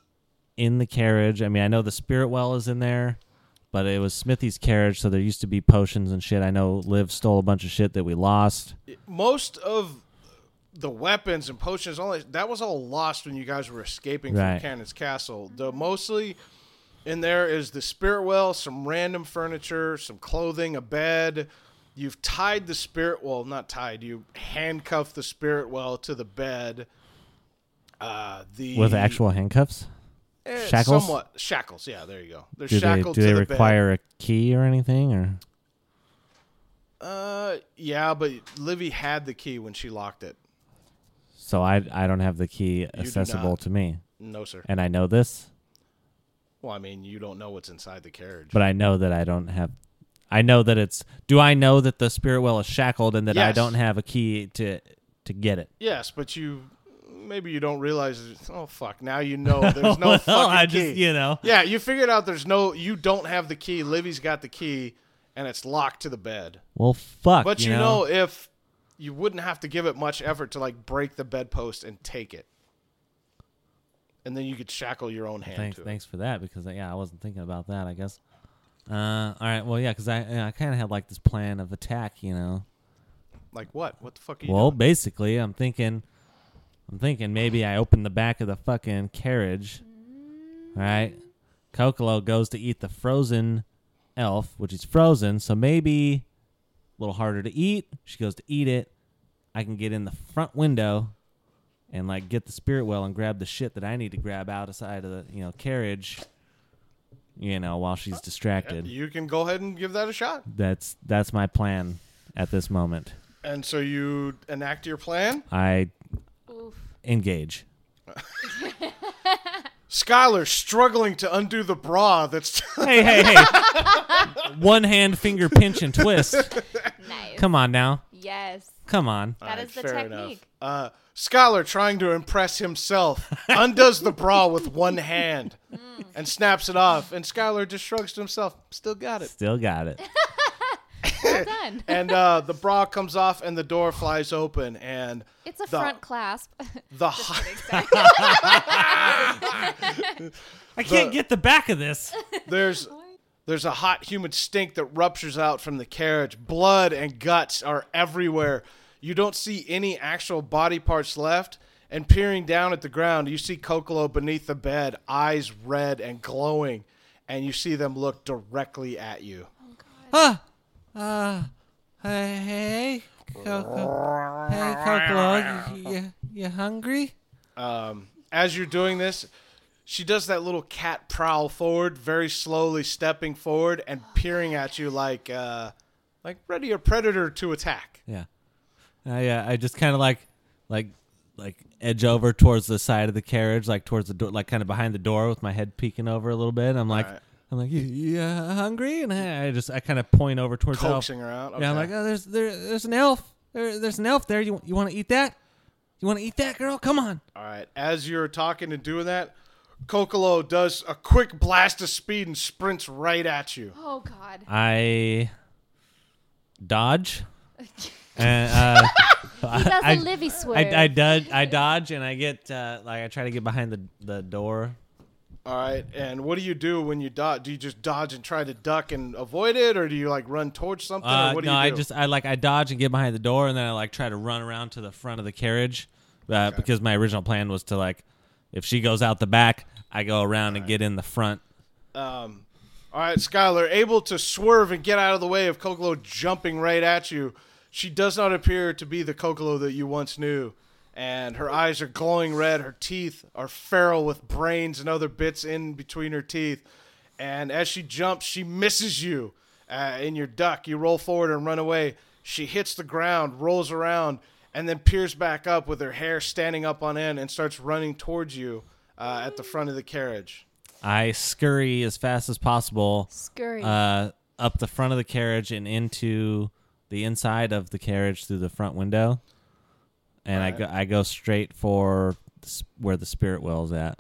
A: in the carriage? I mean, I know the spirit well is in there, but it was Smithy's carriage, so there used to be potions and shit. I know Liv stole a bunch of shit that we lost.
E: Most of the weapons and potions, all that, that was all lost when you guys were escaping
A: Right.
E: from Cannon's Castle. The mostly in there is the spirit well, some random furniture, some clothing, a bed. You've tied the spirit well, not tied. You handcuffed the spirit well to the bed. Uh, the
A: With actual handcuffs?
E: Eh,
A: Shackles?
E: Somewhat shackles. Yeah, there you go. They're
A: Do they do
E: shackled
A: they
E: to the
A: require a key or anything or
E: bed. Uh, yeah, but Livy had the key when she locked it.
A: so I I don't have the key accessible
E: not.
A: to me.
E: No, sir.
A: and I know this,
E: Well, I mean, you don't know what's inside the carriage.
A: but I know that I don't have. I know that it's. Do I know that the spirit well is shackled and that I
E: Yes.
A: don't have a key to to get it?
E: yes, but you maybe you don't realize. it's- Oh fuck! Now you know there's no fucking
A: I
E: key.
A: just you know.
E: Yeah, you figured out there's no. You don't have the key. Livy's got the key, and it's locked to the bed.
A: Well, fuck.
E: But you, know, if you wouldn't have to give it much effort to like break the bedpost and take it, and then you could shackle your own hand
A: Thanks,
E: to it.
A: thanks for that because yeah, I wasn't thinking about that. I guess. Uh, all right. Well, yeah, because I yeah, I kind of had like this plan of attack, you know.
E: Like what? What the fuck are you
A: Well,
E: doing?
A: basically, I'm thinking, I'm thinking maybe I open the back of the fucking carriage. All right, Kokolo goes to eat the frozen elf, which is frozen, so maybe a little harder to eat. She goes to eat it. I can get in the front window and like get the spirit well and grab the shit that I need to grab outside of the you know carriage. You know, while she's distracted.
E: You can go ahead and give that a shot.
A: That's that's my plan at this moment.
E: And so you enact your plan.
A: I
B: Oof.
A: engage.
E: Skylar struggling to undo the bra that's
A: hey, hey, hey. One hand finger pinch and twist.
B: Nice. Nice.
A: Come on now.
B: Yes.
A: Come on.
B: That is the technique.
E: Uh, Skylar, trying to impress himself, undoes the bra with one
B: Hmm.
E: hand and snaps it off. And Skylar just shrugs to himself, still got it.
A: Still got it.
B: Well done.
E: And uh, the bra comes off and the door flies open. And
B: It's a
E: the,
B: front clasp.
E: The hot,
A: I can't get the back of this.
E: there's there's a hot humid stink that ruptures out from the carriage. Blood and guts are everywhere. You don't see any actual body parts left. And peering down at the ground, you see Kokolo beneath the bed, eyes red and glowing, and you see them look directly at you.
A: Ah. Uh, hey, Coco. Hey, Coco. You, you, you hungry?
E: as you're doing this, she does that little cat prowl forward, very slowly stepping forward and peering at you like uh, like ready a predator to attack.
A: Yeah. I uh, I just kind of like like like edge over towards the side of the carriage, like towards the door, like kind of behind the door with my head peeking over a little bit. I'm like
E: Alright.
A: I'm like you, you uh, hungry? And I, I just I kind of point over towards the elf.
E: Coaxing her out.
A: Yeah, I'm like
E: okay.
A: oh, there's there, there's an elf. There, there's an elf there. You you want to eat that? You want to eat that, girl? Come on.
E: All right. As you're talking and doing that, Kokolo does a quick blast of speed and sprints right at you.
B: oh God.
A: I dodge. and uh,
B: He does
A: I-
B: a Livy swear.
A: I, I dodge, I dodge, and I get uh, like I try to get behind the the door.
E: All right. And what do you do when you dodge? Do you just dodge and try to duck and avoid it, or do you like run towards something?
A: Uh,
E: or
A: no,
E: what do you do?
A: I just I like I dodge and get behind the door, and then I like try to run around to the front of the carriage uh, because my original plan was to like if she goes out the back, I go around and get in the front.
E: All right, Skylar, able to swerve and get out of the way of Kokolo jumping right at you. She does not appear to be the Kokolo that you once knew, and her eyes are glowing red. Her teeth are feral with brains and other bits in between her teeth. And as she jumps, she misses you uh, in your duck. You roll forward and run away. She hits the ground, rolls around, and then peers back up with her hair standing up on end and starts running towards you uh, at the front of the carriage.
A: I scurry as fast as possible
B: Scurry.
A: uh, up the front of the carriage and into the inside of the carriage through the front window, and I go I go straight for the s- where the spirit well is at.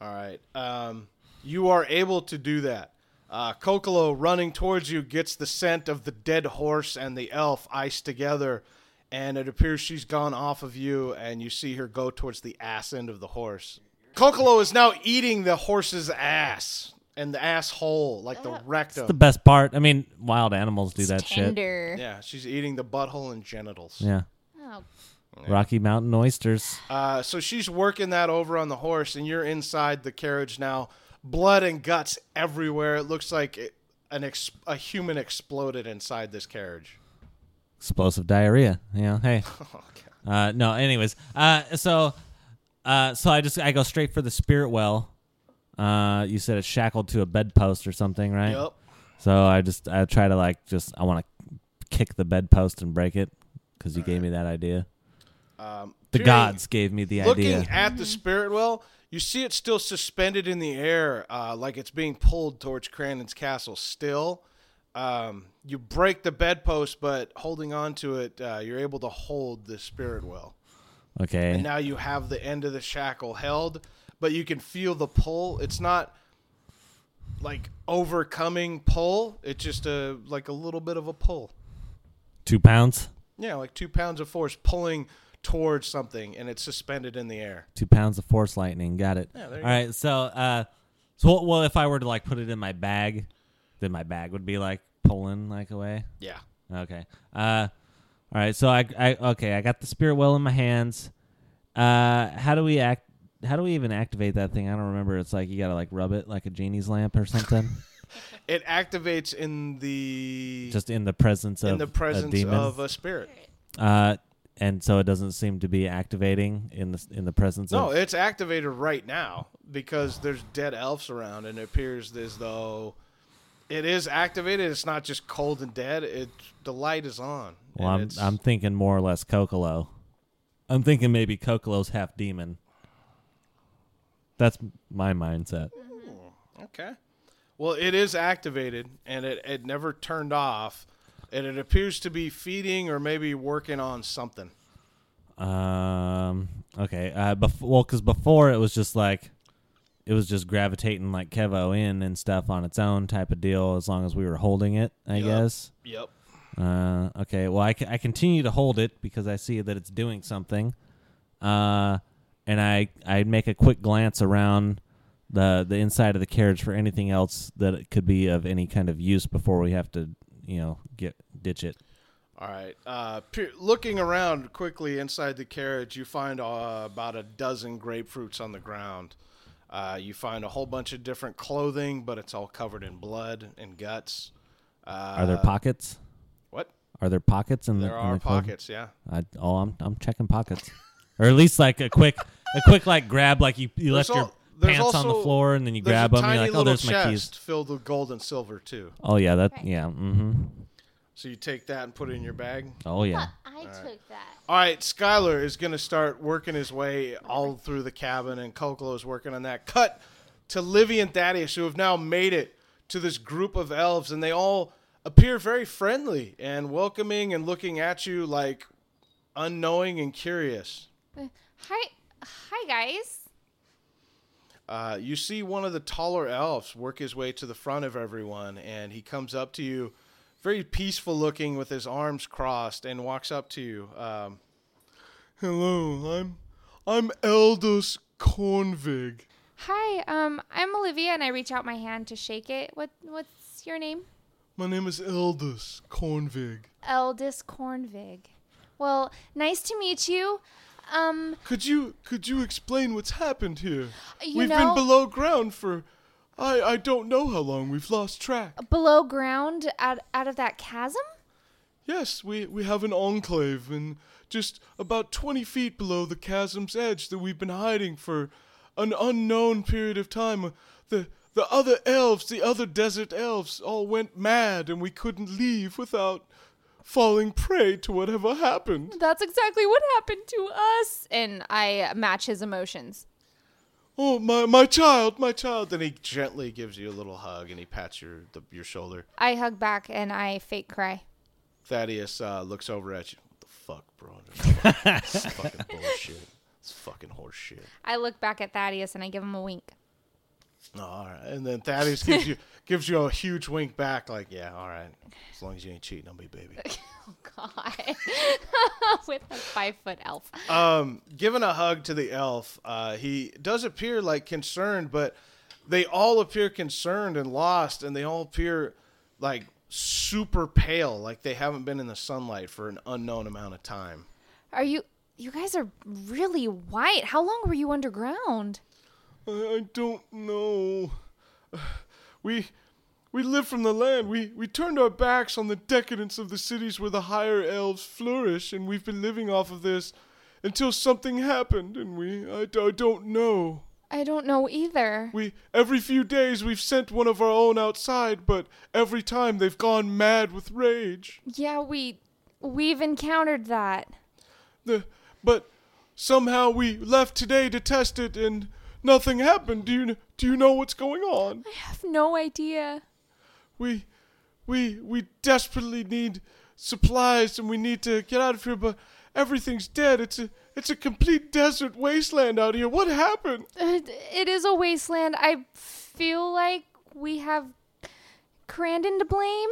E: All right. Um, you are able to do that. Uh, Kokolo running towards you gets the scent of the dead horse and the elf iced together, and it appears she's gone off of you, and you see her go towards the ass end of the horse. Kokolo is now eating the horse's ass and the asshole, like the rectum.
A: The best part, I mean, wild animals do that shit.
B: Tender.
E: yeah, she's eating the butthole and genitals.
A: Yeah,
B: Oh,
A: Rocky Mountain oysters.
E: Uh, so she's working that over on the horse, and you're inside the carriage now. Blood and guts everywhere. It looks like it, an ex- a human exploded inside this carriage.
A: explosive diarrhea. You know, hey. Uh, no, anyways. Uh, so, uh, so I just I go straight for the spirit well. Uh, you said it's shackled to a bedpost or something, right?
E: Yep.
A: So I just I try to like just I want to kick the bedpost and break it because you gave me that idea. Um, the
E: during-
A: gods gave me the
E: Looking
A: idea.
E: at the spirit well, you see it still suspended in the air, uh, like it's being pulled towards Crandon's castle. Still, um, you break the bedpost, but holding on to it, uh, you're able to hold the spirit well.
A: okay.
E: now you have the end of the shackle held, but you can feel the pull. It's not like overcoming pull. It's just a like a little bit of a pull.
A: Two pounds.
E: Yeah, like two pounds of force pulling towards something, and it's suspended in the air.
A: Two pounds of force lightning. Got it. All right. So, uh, so what, well, if I were to like put it in my bag, then my bag would be like pulling like away.
E: Yeah.
A: Okay. Uh, all right. So I, I okay. I got the spirit well in my hands. Uh, how do we act? How do we even activate that thing? I don't remember. It's like you gotta like rub it like a genie's lamp or something,
E: It activates in the
A: just in the presence of
E: in the
A: a
E: presence
A: demon.
E: of a spirit.
A: uh, and so it doesn't seem to be activating in the in the presence
E: No,
A: of.
E: it's activated right now because there's dead elves around, and it appears as though it is activated. It's not just cold and dead. It the light is on.
A: Well,
E: and
A: I'm
E: it's-
A: I'm thinking more or less Kokolo. I'm thinking maybe Kokolo's half demon. That's my mindset.
E: okay. Well, it is activated, and it it never turned off. and it appears to be feeding or maybe working on something.
A: Um. Okay. Uh. Bef- well, because before it was just like, it was just gravitating like Kevo in and stuff on its own type of deal. As long as we were holding it, I
E: Yup.
A: guess.
E: Yep.
A: Uh. Okay. Well, I, c- I continue to hold it because I see that it's doing something. Uh. And I I make a quick glance around the the inside of the carriage for anything else that it could be of any kind of use before we have to you know get ditch it.
E: All right. Uh, pe- looking around quickly inside the carriage, you find uh, about a dozen grapefruits on the ground. Uh, you find a whole bunch of different clothing, but it's all covered in blood and guts. Uh,
A: Are there pockets?
E: what?
A: Are there pockets in the
E: There
A: in
E: are
A: the clothing?
E: pockets. Yeah.
A: I, oh, I'm I'm checking pockets, or at least like a quick a quick like grab, like you, you left
E: There's
A: your
E: al- there's
A: pants on the
E: also-
A: floor and then you
E: There's
A: grab
E: a
A: them. You're
E: tiny
A: like, oh,
E: little
A: there's
E: chest
A: my keys.
E: filled with gold and silver too.
A: Oh yeah, that
B: Right.
A: yeah. Mm-hmm.
E: So you take that and put it in your bag.
A: Oh yeah.
B: I took that.
E: All right, Skylar is going to start working his way all through the cabin, and Kokolo is working on that. Cut to Livy and Thaddeus, who have now made it to this group of elves, and they all appear very friendly and welcoming and looking at you like unknowing and curious.
B: Uh, Hi, hi guys.
E: Uh, you see one of the taller elves work his way to the front of everyone, and he comes up to you, very peaceful looking, with his arms crossed, and walks up to you. Um, Hello, I'm I'm Eldus Cornvig.
B: Hi, um, I'm Olivia, and I reach out my hand to shake it. What, what's your name?
E: My name is Eldus Cornvig.
B: Eldis Cornvig. Well, nice to meet you. Um,
E: Could you could you explain what's happened here?
B: Uh, You
E: we've
B: know-
E: been below ground for I I don't know how long. We've lost track.
B: below ground, out out of that chasm.
E: Yes, we, we have an enclave, and just about 20 feet below the chasm's edge that we've been hiding for an unknown period of time, Uh, the, the other elves, the other desert elves, all went mad, and we couldn't leave without falling prey to whatever happened.
B: That's exactly what happened to us. And I match his emotions.
E: Oh, my, my child, my child. And he gently gives you a little hug, and he pats your, the, your shoulder.
B: I hug back and I fake cry.
E: Thaddeus uh, looks over at you. What the fuck, bro? This is fucking bullshit. It's fucking horse shit.
B: I look back at Thaddeus and I give him a wink.
E: All right, and then Thaddeus gives you gives you a huge wink back, like, "Yeah, all right, as long as you ain't cheating on me, baby."
B: Oh God, with a five foot elf.
E: Um, giving a hug to the elf, uh, he does appear like concerned, but they all appear concerned and lost, and they all appear like super pale, like they haven't been in the sunlight for an unknown amount of time.
B: Are you? You guys are really white. How long were you underground?
E: I, I don't know. We we live from the land. We we turned our backs on the decadence of the cities where the higher elves flourish, and we've been living off of this until something happened, and we I, d- I don't know.
B: I don't know either.
E: We every few days we've sent one of our own outside, but every time they've gone mad with rage.
B: Yeah, we we've encountered that.
E: The but somehow we left today to test it, and nothing happened. Do you do you know what's going on?
B: I have no idea.
E: we we we desperately need supplies and we need to get out of here but everything's dead it's a it's a complete desert wasteland out here what happened
B: It, it is a wasteland. I feel like we have Crandon to blame.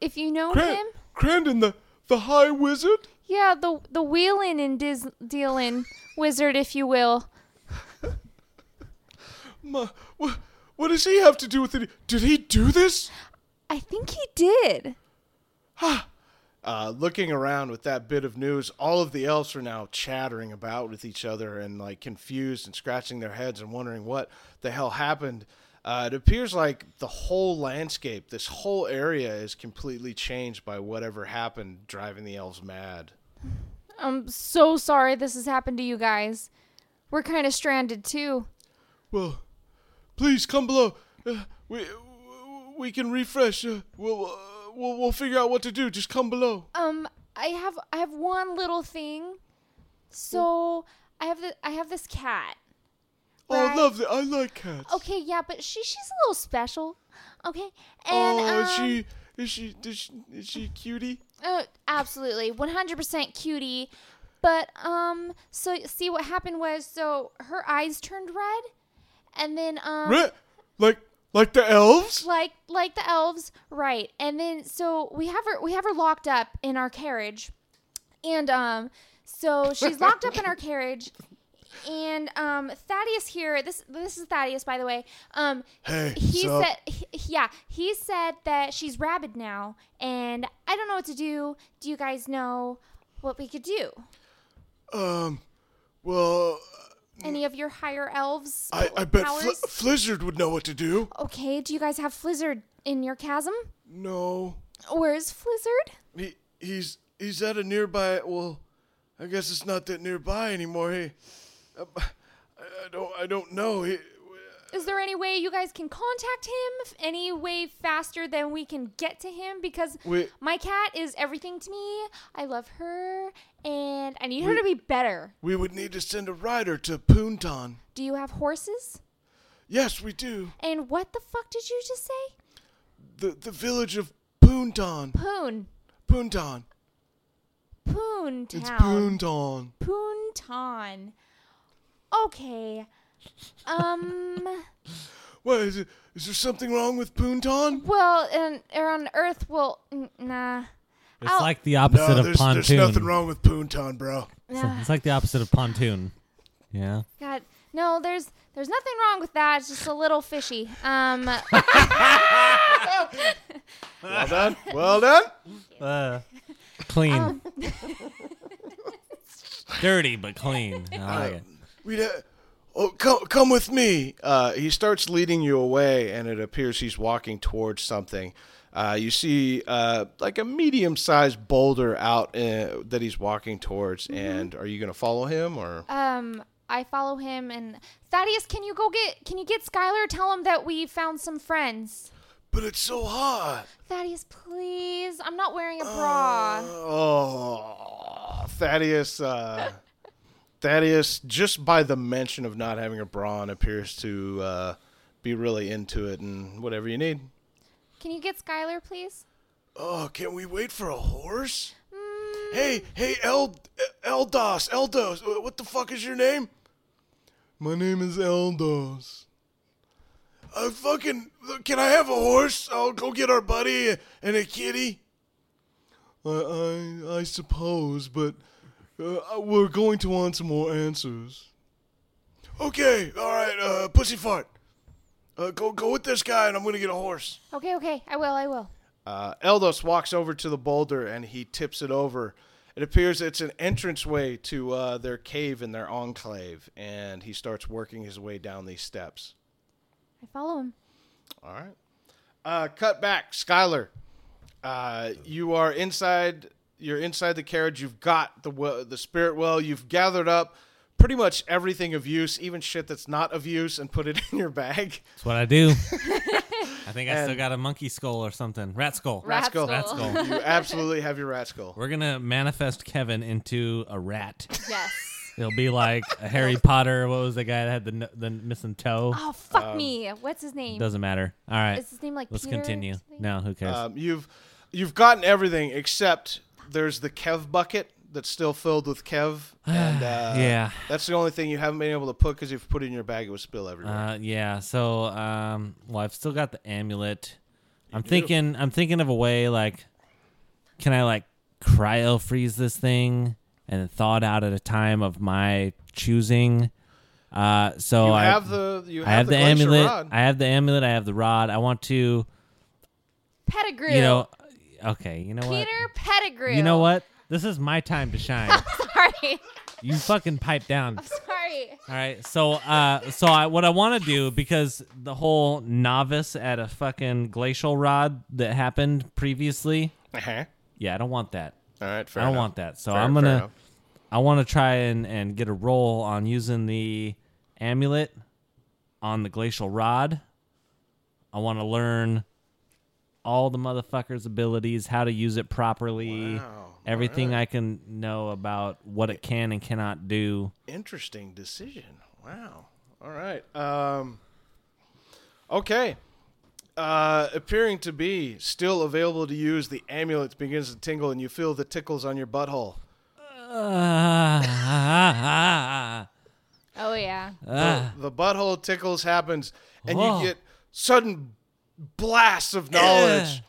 B: If you know him,
E: Cran- crandon the the high wizard
B: yeah, the the wheelin' and dis- dealin' wizard, if you will.
E: Ma, wha- what does he have to do with it did he do this
B: I think he did.
E: uh, looking around with that bit of news, all of the elves are now chattering about with each other and like confused and scratching their heads and wondering what the hell happened. Uh, it appears like the whole landscape, this whole area, is completely changed by whatever happened, driving the elves mad.
B: I'm so sorry this has happened to you guys. We're kind of stranded too.
E: Well, please come below. Uh, we we can refresh. Uh, we'll, uh, we'll we'll figure out what to do. Just come below.
B: Um, I have I have one little thing. So I have the I have this cat. Right. Oh,
E: Oh, lovely! I like cats.
B: Okay, yeah, but she she's a little special. Okay, and
E: oh,
B: um,
E: and she Is she? Does she? Is she a cutie?
B: Oh, absolutely, one hundred percent cutie. But um, so see what happened was so her eyes turned red, and then um,
E: Re- like like the elves?
B: like like the elves, right? And then so we have her we have her locked up in our carriage, and um, so she's locked up in our carriage, and um, Thaddeus here. This this is Thaddeus, by the way. Um,
E: Hey,
B: he
E: sup?
B: said, he- yeah, he said that she's rabid now, and I don't know what to do. Do you guys know what we could do?
E: Um, well,
B: Any of your higher elves?
E: I I bet Fli
B: powers?
E: Flizzard would know what to do.
B: okay, do you guys have Flizzard in your chasm?
E: No,
B: Where's Flizzard?
E: he he's he's at a nearby. Well, I guess it's not that nearby anymore. He, uh, I, I don't I don't know. He,
B: Is there any way you guys can contact him? F- Any way faster than we can get to him? Because
E: We-
B: my cat is everything to me. I love her, and I need her to be better.
E: we would need to send a rider to Poonton.
B: Do you have horses?
E: Yes, we do.
B: And what the fuck did you just say?
E: The the village of Poonton.
B: Poon.
E: Poonton.
B: Poon
E: It's
B: Town.
E: Poonton.
B: Poonton. Okay. Um.
E: What is it? Is there something wrong with Poonton?
B: well, and or on Earth, well, n- nah.
A: It's
B: I'll-
A: like the opposite of
E: there's,
A: pontoon.
E: there's nothing wrong with Poonton, bro.
A: It's-
B: nah.
A: It's like the opposite of pontoon. Yeah.
B: God, no. There's there's nothing wrong with that. It's just a little fishy. Um.
E: Well done. Well done.
A: Uh, clean.
B: Um,
A: Dirty but clean. I like it.
E: We uh, oh, come come with me. Uh, he starts leading you away, and it appears he's walking towards something. Uh, you see, uh, like a medium-sized boulder out uh, that he's walking towards. And are you gonna follow him or?
B: um. I follow him and Thaddeus. Can you go get? Can you get Skylar? Tell him that we found some friends.
E: but it's so hot.
B: Thaddeus, please. I'm not wearing a bra.
A: Uh.
E: Oh, Thaddeus. Uh, Thaddeus, just by the mention of not having a bra on, appears to uh, be really into it and whatever you need.
B: Can you get Skylar, please?
E: Oh, can we wait for a horse? Hey, hey, El Eldos, Eldos, wh- what the fuck is your name? My name is Eldos. I fucking can I have a horse? I'll go get our buddy and a kitty. I I, I suppose, but uh, we're going to want some more answers. Okay, all right, uh, pussy fart. Uh, go go with this guy, and I'm gonna get a horse.
B: Okay, okay. I will. I will.
E: Uh, Eldos walks over to the boulder and he tips it over. It appears it's an entranceway to uh, their cave and their enclave, and he starts working his way down these steps.
B: I follow him.
E: All right. Uh, cut back, Skylar. Uh, you are inside. You're inside the carriage. You've got the well, the spirit well. You've gathered up pretty much everything of use, even shit that's not of use, and put it in your bag.
A: That's what I do. I think I still got a monkey skull or something. Rat skull.
B: Rat skull.
A: Rat skull.
E: You absolutely have your rat skull.
A: We're gonna manifest Kevin into a rat.
B: Yes.
A: It'll be like a Harry Potter. What was the guy that had the n- the missing toe?
B: Oh fuck me. What's his name?
A: Doesn't matter. All right.
B: Is his name like
A: Um, Let's
B: Peter or
A: continue.
B: something?
A: No, who cares?
E: Um, you've you've gotten everything except there's the Kev bucket that's still filled with Kev, and uh,
A: Yeah.
E: that's the only thing you haven't been able to put because if you put it in your bag, it would spill everywhere.
A: Uh, yeah. So, um, well, I've still got the amulet. I'm thinking. I'm thinking of a way. Like, can I like cryo freeze this thing and thaw it out at a time of my choosing? Uh, so
E: you
A: I
E: have the you
A: I have the,
E: glacier
A: amulet.
E: Rod.
A: I have the amulet. I have the rod. I want to.
B: Pettigrew.
A: You know. Okay. You know
B: Peter Pettigrew.
A: what? You know what? This is my time to shine.
B: Sorry.
A: you fucking pipe down.
B: Sorry.
A: All right. So, uh, so I, what I want to do because the whole novice at a fucking glacial rod that happened previously,
E: uh-huh.
A: yeah, I don't want that.
E: All right, fair
A: I don't
E: enough.
A: want that. So
E: Fair-
A: I'm
E: fair
A: gonna,
E: enough.
A: I want to try and and get a roll on using the amulet on the glacial rod. I want to learn all the motherfuckers' abilities, how to use it properly,
E: Wow.
A: everything I can know about what it can and cannot do.
E: Interesting decision. Wow. All right. Um, okay. Uh, appearing to be still available to use, the amulet begins to tingle, and you feel the tickles on your butthole.
A: Ah,
B: Oh yeah.
A: Uh,
E: The, the butthole tickles happens, and
A: Whoa.
E: you get sudden blasts of knowledge.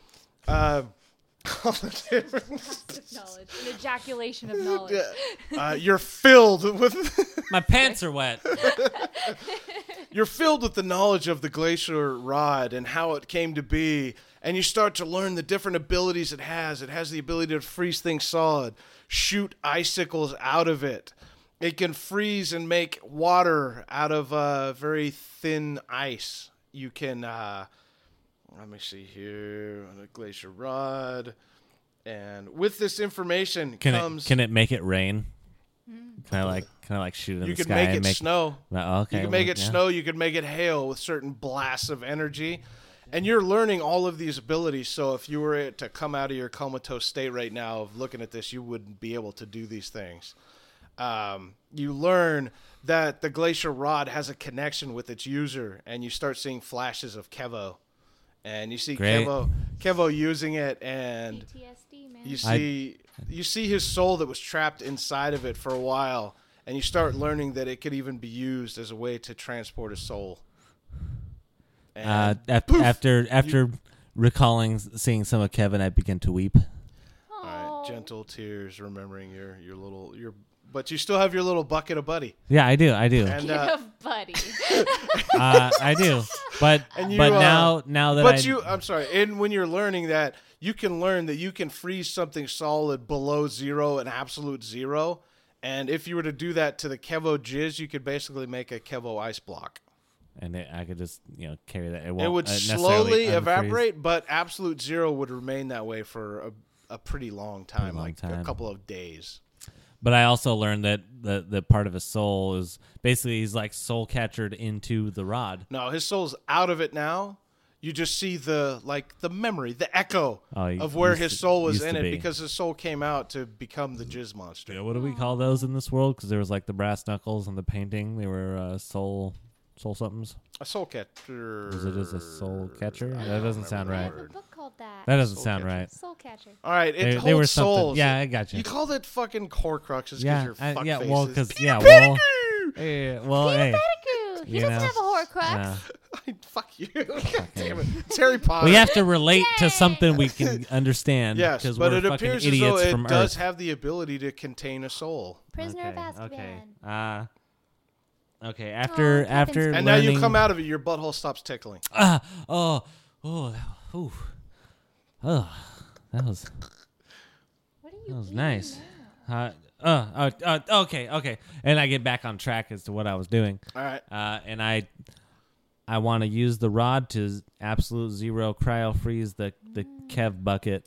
E: Uh, all the different-
B: knowledge. An ejaculation of knowledge.
E: uh, you're filled with
A: my pants are wet.
E: you're filled with the knowledge of the glacier rod and how it came to be, and you start to learn the different abilities it has. It has the ability to freeze things solid, shoot icicles out of it. It can freeze and make water out of uh, very thin ice. You can, uh, let me see here, on the glacier rod. And with this information
A: Can
E: comes
A: it can it make it rain? Can I like can I like shoot it in
E: you
A: the
E: can
A: sky
E: make
A: and
E: it
A: make
E: snow.
A: Oh, okay,
E: You can make
A: well,
E: it
A: yeah.
E: snow. You can make it hail with certain blasts of energy. And you're learning all of these abilities. So if you were to come out of your comatose state right now of looking at this, you wouldn't be able to do these things. Um, you learn that the glacier rod has a connection with its user, and you start seeing flashes of Kevo. And you see
A: Great.
E: Kevo, Kevo using it, and
B: PTSD, man.
E: you
A: I-
E: see, you see his soul that was trapped inside of it for a while, and you start learning that it could even be used as a way to transport a soul. And
A: Uh, af-
E: poof!
A: after after recalling s- seeing some of Kevin, I begin to weep.
E: All right, gentle tears, remembering your your little your, but you still have your little bucket of buddy,
A: Yeah, I do, I do,
E: and uh,
B: buddy.
A: uh, I do. But
E: you,
A: but
E: uh,
A: now now that
E: but
A: I,
E: you, I'm sorry, and when you're learning that, you can learn that you can freeze something solid below zero and absolute zero, and if you were to do that to the Kevo Jizz, you could basically make a Kevo ice block.
A: and it, I could just you know carry that. It,
E: It
A: won't,
E: would
A: uh, necessarily
E: slowly
A: unfreeze.
E: evaporate, but absolute zero would remain that way for a, a pretty long time,
A: long
E: like a
A: time.
E: couple of days.
A: But I also learned that the the part of his soul is basically he's like soul captured into the rod.
E: No, his soul's out of it now. You just see the like the memory, the echo
A: Oh, he
E: of where
A: used
E: his
A: to-
E: soul was
A: used to
E: in it,
A: be.
E: because his soul came out to become the jizz monster.
A: Yeah, what do we call those in this world? Because there was like the brass knuckles and the painting. They were uh, soul soul somethings.
E: A soul catcher.
A: Was it just a soul catcher? That doesn't sound
B: I
A: right.
B: have a book called that.
A: That doesn't
E: Soul
A: sound
E: catcher.
A: right.
B: Soul Catcher.
E: All right, it
A: They- they
E: holds
A: were something.
E: souls.
A: Yeah, I gotcha.
E: You call that fucking Horcruxes because
A: Yeah,
E: your
A: I,
E: fuck
A: yeah.
E: faces.
A: Well, because yeah, well, yeah, well, hey,
B: Pettigrew. He
A: You
B: doesn't
A: know,
B: have a Horcrux.
A: yeah.
E: fuck you. God damn it, It's Harry Potter.
A: we have to relate to something we can understand.
E: Yes,
A: because
E: but
A: we're
E: it
A: fucking
E: appears as
A: idiots
E: though
A: from
E: it does
A: Earth.
E: have the ability to contain a soul.
B: Prisoner of
A: okay,
B: Azkaban.
A: okay. Uh, okay. After
B: Pippin's
A: after
B: good.
E: And now
A: learning,
E: you come out of it, your butthole stops tickling.
A: Ah, oh, oh, that- ooh, oh, that was
B: What are you?
A: that was
B: eating?
A: nice. Uh, uh, uh, uh, okay, okay. And I get back on track as to what I was doing.
E: All right.
A: uh, and I I want to use the rod to absolute zero cryo freeze the the Kev bucket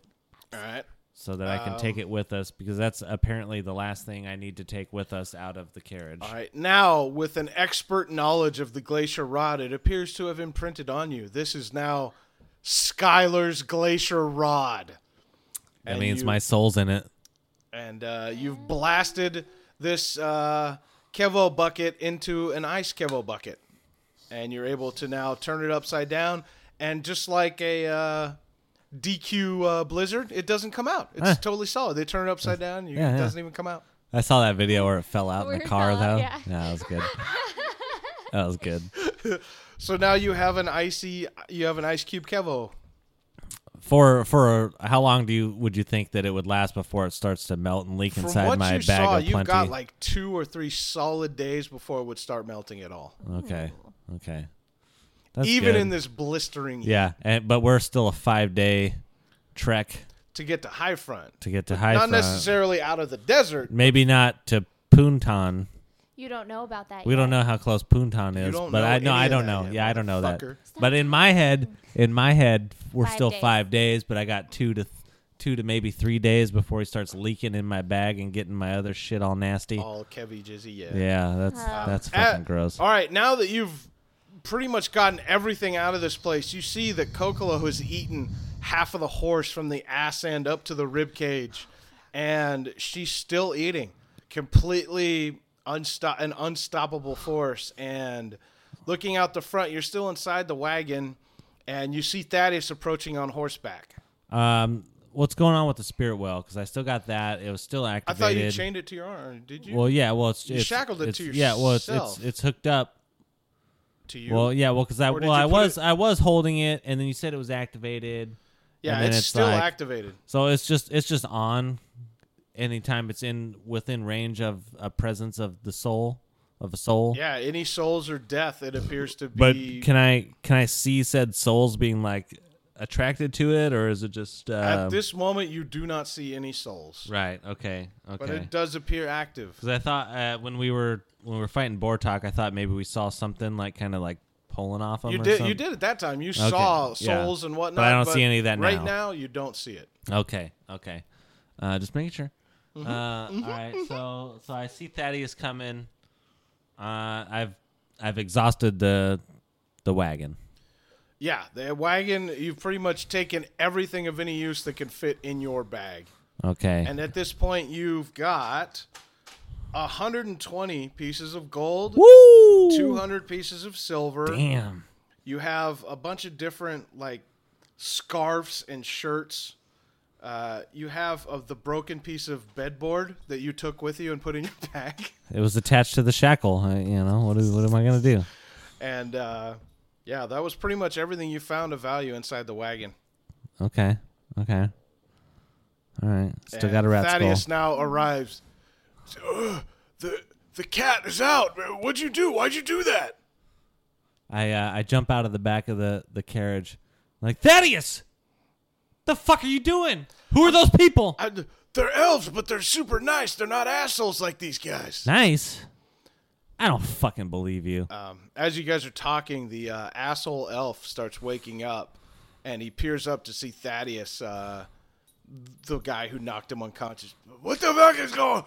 E: All right.
A: so that I can
E: Oh.
A: take it with us because that's apparently the last thing I need to take with us out of the carriage.
E: All right. Now, with an expert knowledge of the glacier rod, it appears to have imprinted on you. This is now Skylar's glacier rod.
A: that
E: and
A: means
E: you-
A: my soul's in it.
E: And uh, you've blasted this uh, Kevo bucket into an ice Kevo bucket. And you're able to now turn it upside down. And just like a uh, DQ uh, blizzard, it doesn't come out. It's
A: Huh.
E: totally solid. They turn it upside down, you,
A: Yeah,
E: it
A: yeah.
E: doesn't even come out.
A: I saw that video where it fell out in
B: Where
A: the
B: it
A: car
B: fell out,
A: though.
B: yeah.
A: that was good. that was good.
E: So now you have an icy, you have an ice cube Kevo.
A: For for how long do you would you think that it would last before it starts to melt and leak
E: From
A: inside
E: what
A: my
E: you
A: bag
E: saw,
A: of
E: you've
A: plenty?
E: got like two or three solid days before it would start melting at all.
A: okay. Okay. That's
E: even
A: good.
E: in this blistering heat
A: Yeah, and, but we're still a five day trek
E: to get to high front.
A: to get to high.
E: Not
A: Front.
E: necessarily out of the desert.
A: Maybe not to Puntan.
B: You don't know about that.
A: We
B: yet.
A: don't know how close Puntan is,
E: don't
A: but
E: know
A: I no,
E: any
A: I
E: of
A: don't
E: that
A: know.
E: yet,
A: yeah, I don't know that.
E: motherfucker.
A: But in my head, in my head, we're
B: Five
A: still
B: days.
A: five days. But I got two to th- two to maybe three days before he starts leaking in my bag and getting my other shit all nasty.
E: All Kevy Jizzy, yeah.
A: yeah, that's that's fucking
E: Oh. Uh,
A: gross.
E: All right, now that you've pretty much gotten everything out of this place, you see that Kokolo has eaten half of the horse from the ass end up to the rib cage, and she's still eating. Completely unsto- an unstoppable force. And looking out the front, you're still inside the wagon, and you see Thaddeus approaching on horseback.
A: Um, what's going on with the spirit well? Because I still got that. It was still
E: I
A: activated.
E: thought you chained it to your arm. Did you?
A: Well, yeah. Well, it's
E: You
A: it's,
E: shackled it
A: it's-
E: to
A: Yeah. Well, it's it's,
E: yourself.
A: it's hooked up.
E: to you?
A: Well, yeah. Well, because I
E: Or did
A: well
E: you
A: I
E: put
A: was
E: it-
A: I was holding it, and then you said it was activated.
E: yeah,
A: and then
E: it's,
A: it's
E: still
A: like-
E: activated.
A: So it's just it's just on. Anytime it's in within range of a presence of the soul of a soul.
E: Yeah, any souls or death, it appears to
A: But
E: be.
A: can I can I see said souls being like attracted to it, or is it just uh,
E: at this moment, you do not see any souls,
A: right? Okay. Okay.
E: but it does appear active.
A: Because I thought uh, when we were when we were fighting Bortok, I thought maybe we saw something like kind of like pulling off him.
E: You
A: or
E: did.
A: something.
E: You did at that time. You saw
A: yeah.
E: souls and
A: But I
E: whatnot.
A: don't see any of that
E: right
A: now.
E: now. You don't see it.
A: Okay. Okay. Uh, just making sure.
E: Mm-hmm.
A: Uh, all right. So so I see Thaddeus coming. Uh, I've I've exhausted the the wagon.
E: Yeah, the wagon. You've pretty much taken everything of any use that can fit in your bag,
A: Okay.
E: and at this point, you've got 120 pieces of gold,
A: Woo!
E: 200 pieces of silver.
A: Damn.
E: You have a bunch of different like scarves and shirts. Uh, you have of the broken piece of bedboard that you took with you and put in your bag,
A: It was attached to the shackle. I, you know what? Is, what am I gonna do?
E: and uh, yeah, that was pretty much everything you found of value inside the wagon.
A: Okay. Okay. All right. Still got a
E: And
A: rat skull.
E: Thaddeus now arrives. "Ugh, the the cat is out. What'd you do? Why'd you do that?
A: I uh, I jump out of the back of the the carriage, like Thaddeus. The fuck are you doing? Who are those people?
E: I, they're elves, but they're super nice. They're not assholes like these guys.
A: Nice. I don't fucking believe you.
E: Um, as you guys are talking, the uh, asshole elf starts waking up, and he peers up to see Thaddeus, uh, the guy who knocked him unconscious. What the fuck is going?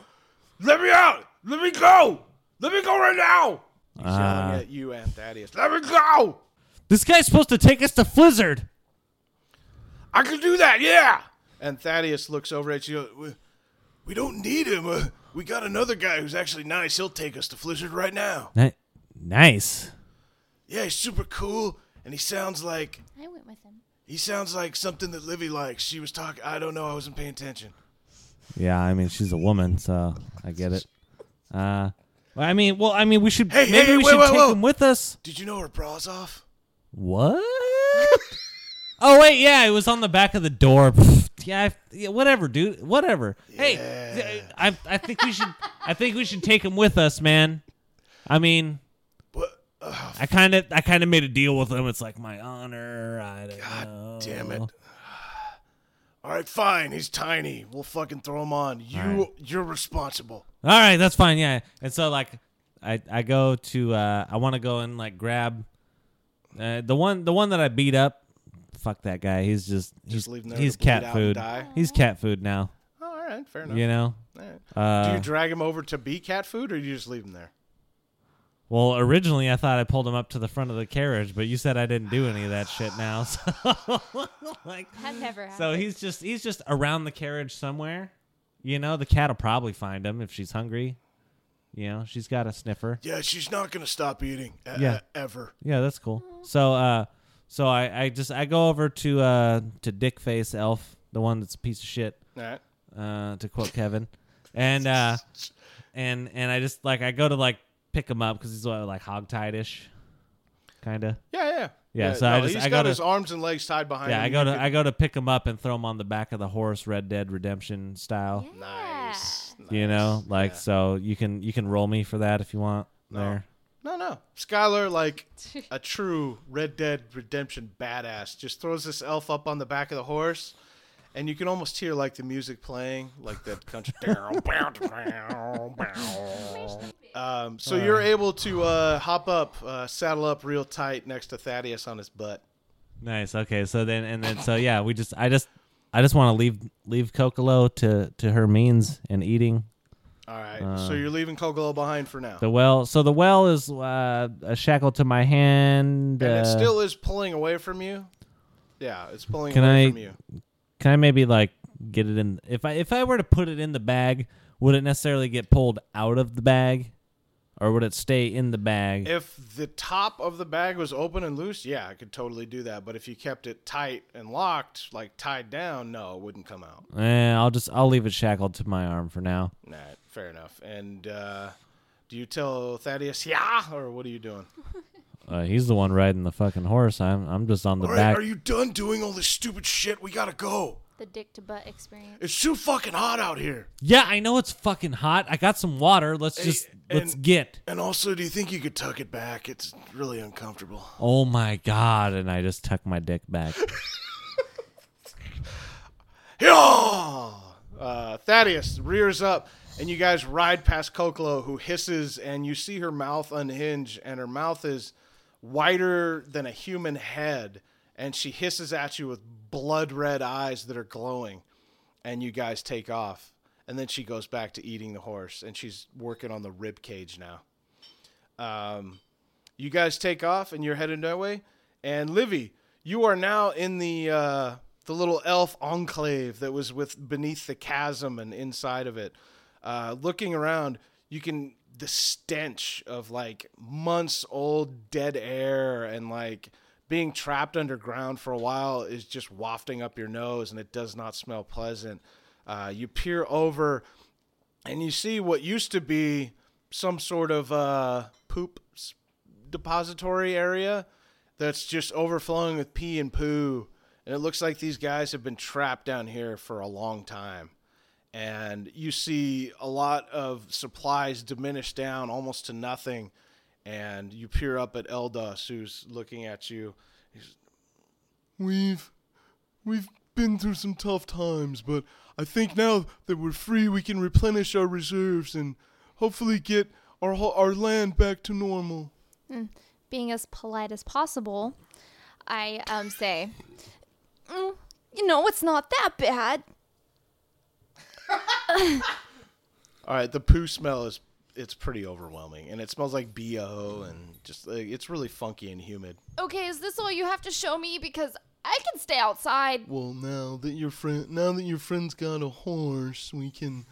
E: Let me out! Let me go! Let me go right now! He's
A: Ah.
E: yelling at you and Thaddeus. Let me go!
A: This guy's supposed to take us to Flizzard.
E: I can do that, yeah. And Thaddeus looks over at you. "We- We don't need him. Uh, we got another guy who's actually nice. He'll take us to Flizzard right now.
A: Ni- nice.
E: Yeah, he's super cool, and he sounds like
B: I went with him.
E: he sounds like something that Livy likes. She was talking. I don't know. I wasn't paying attention.
A: Yeah, I mean she's a woman, so I get it. Uh, well, I mean, well, I mean we should
E: Hey, hey,
A: maybe
E: hey,
A: we
E: wait,
A: should
E: wait,
A: take
E: wait.
A: him with us.
E: Did you know her bra's off?
A: What? oh wait, yeah, it was on the back of the door. Pfft, yeah, I, yeah, whatever, dude. Whatever. Hey, I I think we should I think we should take him with us, man. I mean,
E: What?
A: I kind of I kind of made a deal with him. It's like my honor. I don't
E: God
A: know.
E: Oh, damn it. All right, fine. He's tiny. We'll fucking throw him on. You,
A: right.
E: you're responsible.
A: All right, that's fine. Yeah. And so like I I go to uh I want to go and like grab uh, the one the one that I beat up. Fuck that guy. He's just he's
E: leave him there
A: he's
E: to bleed out
A: cat
E: and
A: food.
E: die?
A: He's cat food now.
E: Oh, all right, fair enough.
A: You know.
E: All right. do
A: Uh,
E: you drag him over to be cat food, or do you just leave him there?
A: well, originally I thought I pulled him up to the front of the carriage, but you said I didn't do any of that shit now. So, like,
B: That never happened.
A: so he's just he's just around the carriage somewhere. You know, the cat'll probably find him if she's hungry. You know, she's got a sniffer.
E: Yeah, she's not gonna stop eating. e-
A: Yeah.
E: e- ever.
A: Yeah, that's cool. So, uh, so I, I just I go over to uh to Dick Face Elf, the one that's a piece of shit.
E: All right.
A: uh, to quote Kevin, and uh, and and I just like I go to like pick him up because he's uh, like hogtied ish, kind of.
E: Yeah, yeah.
A: Yeah, so I just-
E: he's
A: I
E: got
A: gotta-
E: his arms and legs tied behind.
A: Yeah, I
E: him.
A: go
E: You
A: to
E: could-
A: I go to pick him up and throw him on the back of the horse, Red Dead Redemption style.
E: Nice.
A: You know, like
E: Yeah.
A: so you can you can roll me for that if you want. There,
E: No, no. Skylar, like a true Red Dead Redemption badass, just throws this elf up on the back of the horse, and you can almost hear like the music playing, like that country. um, so you're able to uh, hop up, uh, saddle up real tight next to Thaddeus on his butt.
A: nice. Okay, so then and then so yeah, we just I just I just want to leave leave Kokolo to to her means and eating.
E: All right.
A: Uh,
E: so you're leaving Kogolo behind for now.
A: The well, so the well is uh, a shackle to my hand.
E: and it
A: uh,
E: still is pulling away from you. Yeah, it's pulling
A: Can
E: away
A: I-
E: from you.
A: Can I maybe like get it in? If I if I were to put it in the bag, would it necessarily get pulled out of the bag, or would it stay in the bag?
E: If the top of the bag was open and loose, yeah, I could totally do that. But if you kept it tight and locked, like tied down, no, it wouldn't come out.
A: eh, I'll just I'll leave it shackled to my arm for now.
E: Nah, fair enough. And uh, do you tell Thaddeus, yeah, or what are you doing?
A: Uh, he's the one riding the fucking horse. I'm I'm just on the
E: All right,
A: back.
E: are you done doing all this stupid shit? We gotta go.
B: The dick to butt experience.
E: It's too fucking hot out here.
A: yeah, I know it's fucking hot. I got some water. Let's just let's
E: and-
A: get.
E: And also, do you think you could tuck it back? It's really uncomfortable.
A: Oh my god! And I just tuck my dick back.
E: Yeah! Uh, Thaddeus rears up, and you guys ride past Kokolo, who hisses, and you see her mouth unhinge, and her mouth is wider than a human head, and she hisses at you with blood red eyes that are glowing, and you guys take off. And then she goes back to eating the horse, and she's working on the rib cage now. Um, you guys take off and you're headed that way. And Livy, you are now in the uh, the little elf enclave that was with beneath the chasm and inside of it. Uh, looking around, you can the stench of like months old dead air and like being trapped underground for a while is just wafting up your nose, and it does not smell pleasant. Uh, you peer over and you see what used to be some sort of uh, poop s- depository area that's just overflowing with pee and poo. And it looks like these guys have been trapped down here for a long time. And you see a lot of supplies diminish down almost to nothing. And you peer up at Eldas, who's looking at you. He's, We've We've been through some tough times, but I think now that we're free, we can replenish our reserves and hopefully get our ho- our land back to normal.
B: Being as polite as possible, I um say, "Mm, you know, it's not that bad.
E: All right, the poo smell is it's pretty overwhelming, and it smells like bo, and just like, it's really funky and humid.
B: Okay, is this all you have to show me? Because I can stay outside.
E: Well, now that your friend now that your friend's got a horse, we can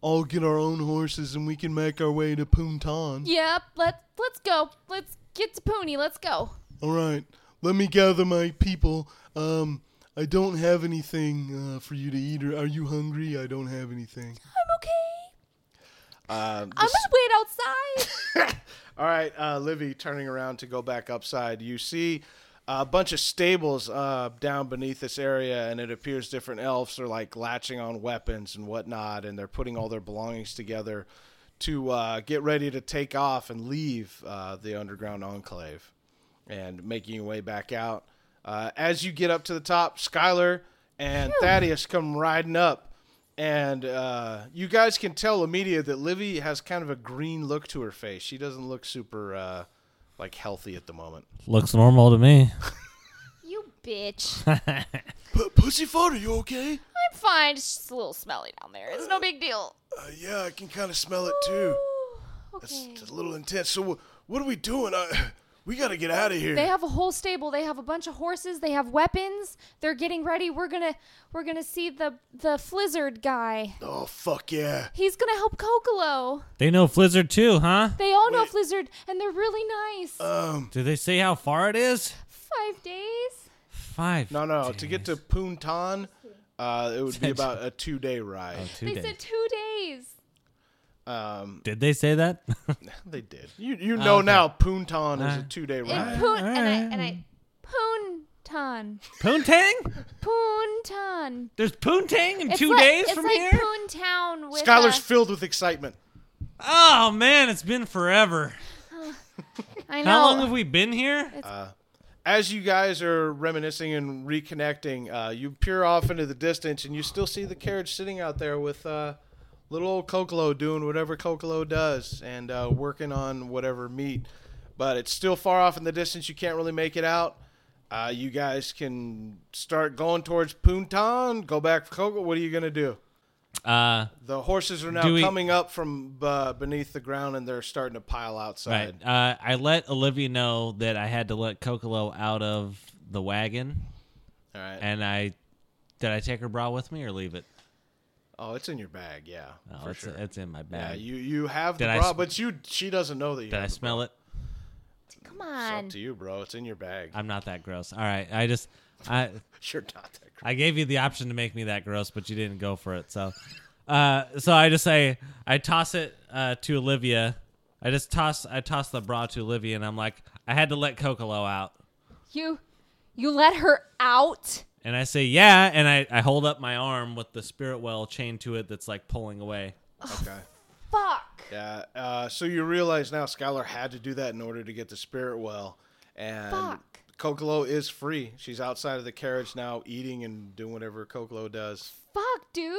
E: all get our own horses, and we can make our way to Puntan.
B: Yep, let let's go. Let's get to Pony. Let's go.
E: All right, let me gather my people. Um, I don't have anything uh, for you to eat. Or are you hungry? I don't have anything.
B: I'm okay.
E: Uh,
B: I'm gonna wait outside.
E: all right, uh, Livy, turning around to go back upside, you see a bunch of stables uh, down beneath this area, and it appears different elves are like latching on weapons and whatnot, and they're putting all their belongings together to uh, get ready to take off and leave uh, the underground enclave. and making your way back out. Uh, as you get up to the top, Skylar and Thaddeus come riding up, and uh, you guys can tell immediately that Livy has kind of a green look to her face. She doesn't look super uh, like healthy at the moment.
A: Looks normal to me.
B: you bitch.
E: P- Pussyfoot, are you okay?
B: I'm fine. It's just a little smelly down there. It's no big deal.
E: Uh, yeah, I can kind of smell it too.
B: Okay.
E: a little intense. So what are we doing? I, we got to get out of here.
B: They have a whole stable. They have a bunch of horses. They have weapons. They're getting ready. We're gonna we're gonna see the the Flizzard guy.
E: oh fuck yeah!
B: He's gonna help Kokolo.
A: they know Flizzard too, huh?
B: They all know Flizzard, and they're really nice.
E: Um,
A: Do they say how far it is?
B: Five days.
A: Five.
E: no, no. To
A: days.
E: get to Puntan, uh, it would be about a two-day ride.
A: Oh, two
B: They
A: days.
B: said two days.
E: Um,
A: Did they say that?
E: they did. You you know
A: okay.
E: now Puntan is a
A: Uh,
E: two day
B: And
E: ride.
B: poon and I and I Poontan.
A: Poontang?
B: Poontan.
A: There's Poontang in
B: It's
A: two
B: like-
A: days
B: it's
A: from
B: like
A: here?
B: Poontown with
E: Skylar's
B: a-
E: filled with excitement.
A: oh man, it's been forever.
B: I know.
A: How long have we been here?
E: As you guys are reminiscing and reconnecting, uh, you peer off into the distance and you still see the carriage sitting out there with uh, little old Kokolo doing whatever Kokolo does and uh, working on whatever meat. But it's still far off in the distance. You can't really make it out. Uh, you guys can start going towards Puntan, go back for Kokolo. What are you going to do?
A: Uh,
E: The horses are now
A: Do we-
E: coming up from uh, beneath the ground and they're starting to pile
A: right.
E: outside.
A: Uh, I let Olivia know that I had to let Kokolo out of the wagon,
E: All right.
A: and I did I take her bra with me or leave it?
E: Oh, it's in your bag, yeah.
A: Oh,
E: for
A: it's,
E: sure.
A: it's in my
E: yeah,
A: bag.
E: you you have the
A: Did I
E: bra,
A: sm-
E: but you she doesn't know that you.
A: Did I
E: have the bra.
A: smell it?
B: Come
E: It's
B: on.
E: up to you, bro. It's in your bag.
A: I'm not that gross. All right, I just I
E: You're not that great.
A: I gave you the option to make me that gross, but you didn't go for it. So, uh, so I just say I toss it uh, to Olivia. I just toss I toss the bra to Olivia, and I'm like, I had to let Kokolo out,
B: You you let her out?
A: and I say, yeah, and I I hold up my arm with the spirit well chained to it that's like pulling away.
E: Okay.
B: Fuck.
E: Yeah. Uh, so you realize now Skylar had to do that in order to get the spirit well, and
B: Fuck.
E: Kokolo is free. She's outside of the carriage now, eating and doing whatever Kokolo does.
B: Fuck, dude.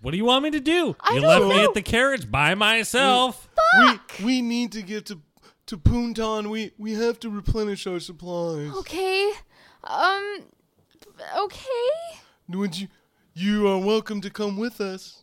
A: What do you want me to do?
B: I
A: you
B: don't
A: left me
B: know.
A: at the carriage by myself.
B: Fuck.
E: We need to get to to Puntan. We we have to replenish our supplies.
B: Oh. Okay. Um okay.
E: Would you? You are welcome to come with us.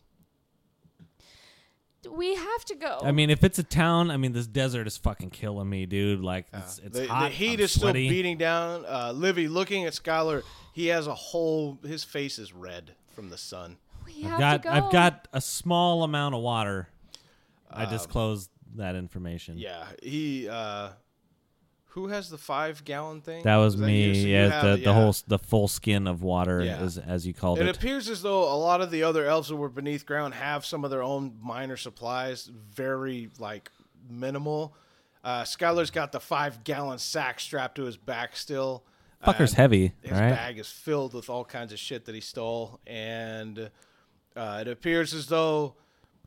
B: We have to go.
A: I mean, if it's a town, I mean, this desert is fucking killing me, dude. Like, it's, it's
E: the,
A: hot.
E: the heat
A: I'm
E: is
A: sweaty.
E: still beating down. Uh, Livy, looking at Skylar, he has a whole. His face is red from the sun.
B: we have
A: I've got
B: to go.
A: I've got a small amount of water. I disclosed that information.
E: Um, Yeah, he. Uh, who has the five gallon thing?
A: That was
E: Is
A: me.
E: you? So you
A: yeah,
E: have
A: the,
E: it,
A: the
E: yeah.
A: whole s- the full skin of water
E: Yeah.
A: is as you called
E: It
A: it.
E: appears as though a lot of the other elves who were beneath ground have some of their own minor supplies, very like minimal. Uh, Skylar's got the five gallon sack strapped to his back still.
A: Fucker's
E: and
A: heavy,
E: His
A: right?
E: bag is filled with all kinds of shit that he stole, and uh, it appears as though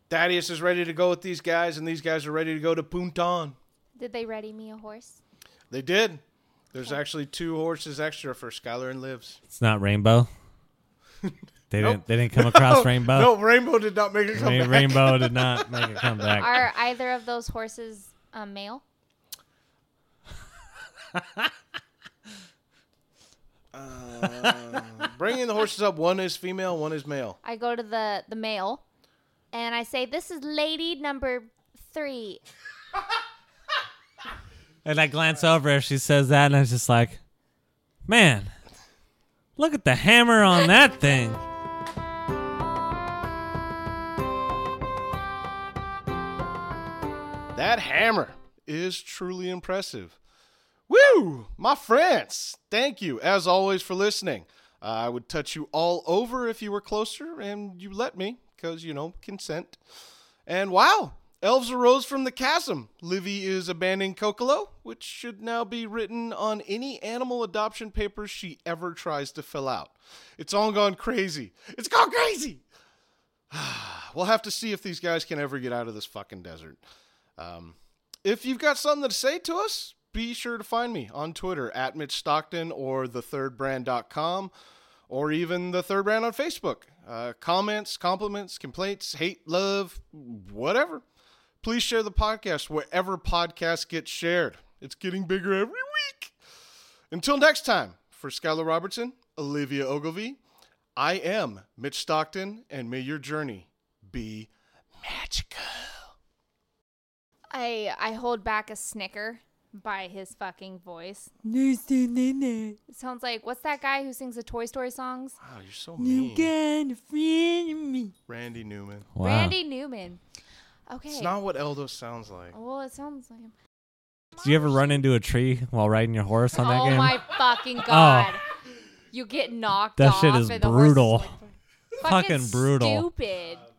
E: Thaddeus is ready to go with these guys, and these guys are ready to go to Puntan.
B: Did they ready me a horse?
E: They did. There's actually two horses extra for Skylar and Livs.
A: It's not rainbow. They didn't they didn't come across rainbow.
E: No, Rainbow did not make a
A: Ra-
E: comeback.
A: Rainbow did not make a comeback.
B: Are either of those horses um, male?
E: Bringing the horses up, one is female, one is male.
B: I go to the the male, and I say, "This is lady number three.
A: And I glance over as she says that, and I was just like, man, look at the hammer on that thing.
E: That hammer is truly impressive. Woo! My friends, thank you as always for listening. Uh, I would touch you all over if you were closer and you let me, because, you know, consent. And wow, elves arose from the chasm. Livy is abandoning Kokolo, which should now be written on any animal adoption papers she ever tries to fill out. It's all gone crazy. It's gone crazy! we'll have to see if these guys can ever get out of this fucking desert. Um, if you've got something to say to us, be sure to find me on Twitter at Mitch Stockton or thethirdbrand.com or even the third brand on Facebook. Uh, comments, compliments, complaints, hate, love, whatever. Please share the podcast wherever podcasts get shared. It's getting bigger every week. Until next time, for Skylar Robertson, Olivia Ogilvie, I am Mitch Stockton, and may your journey be magical.
B: I I hold back a snicker by his fucking voice.
C: There's still in it.
B: It sounds like what's that guy who sings the Toy Story songs?
E: Wow, you're so
C: You
E: mean.
C: got a friend in me.
E: Randy Newman.
A: Wow.
B: Randy Newman. Okay.
E: It's not what Eldo sounds like.
B: well, it sounds like him.
A: Did you ever run into a tree while riding your horse on that
B: oh
A: game?
B: my fucking god! You get knocked
A: That
B: off.
A: shit is
B: and the horse
A: brutal.
B: like,
A: Fucking brutal.
B: Stupid.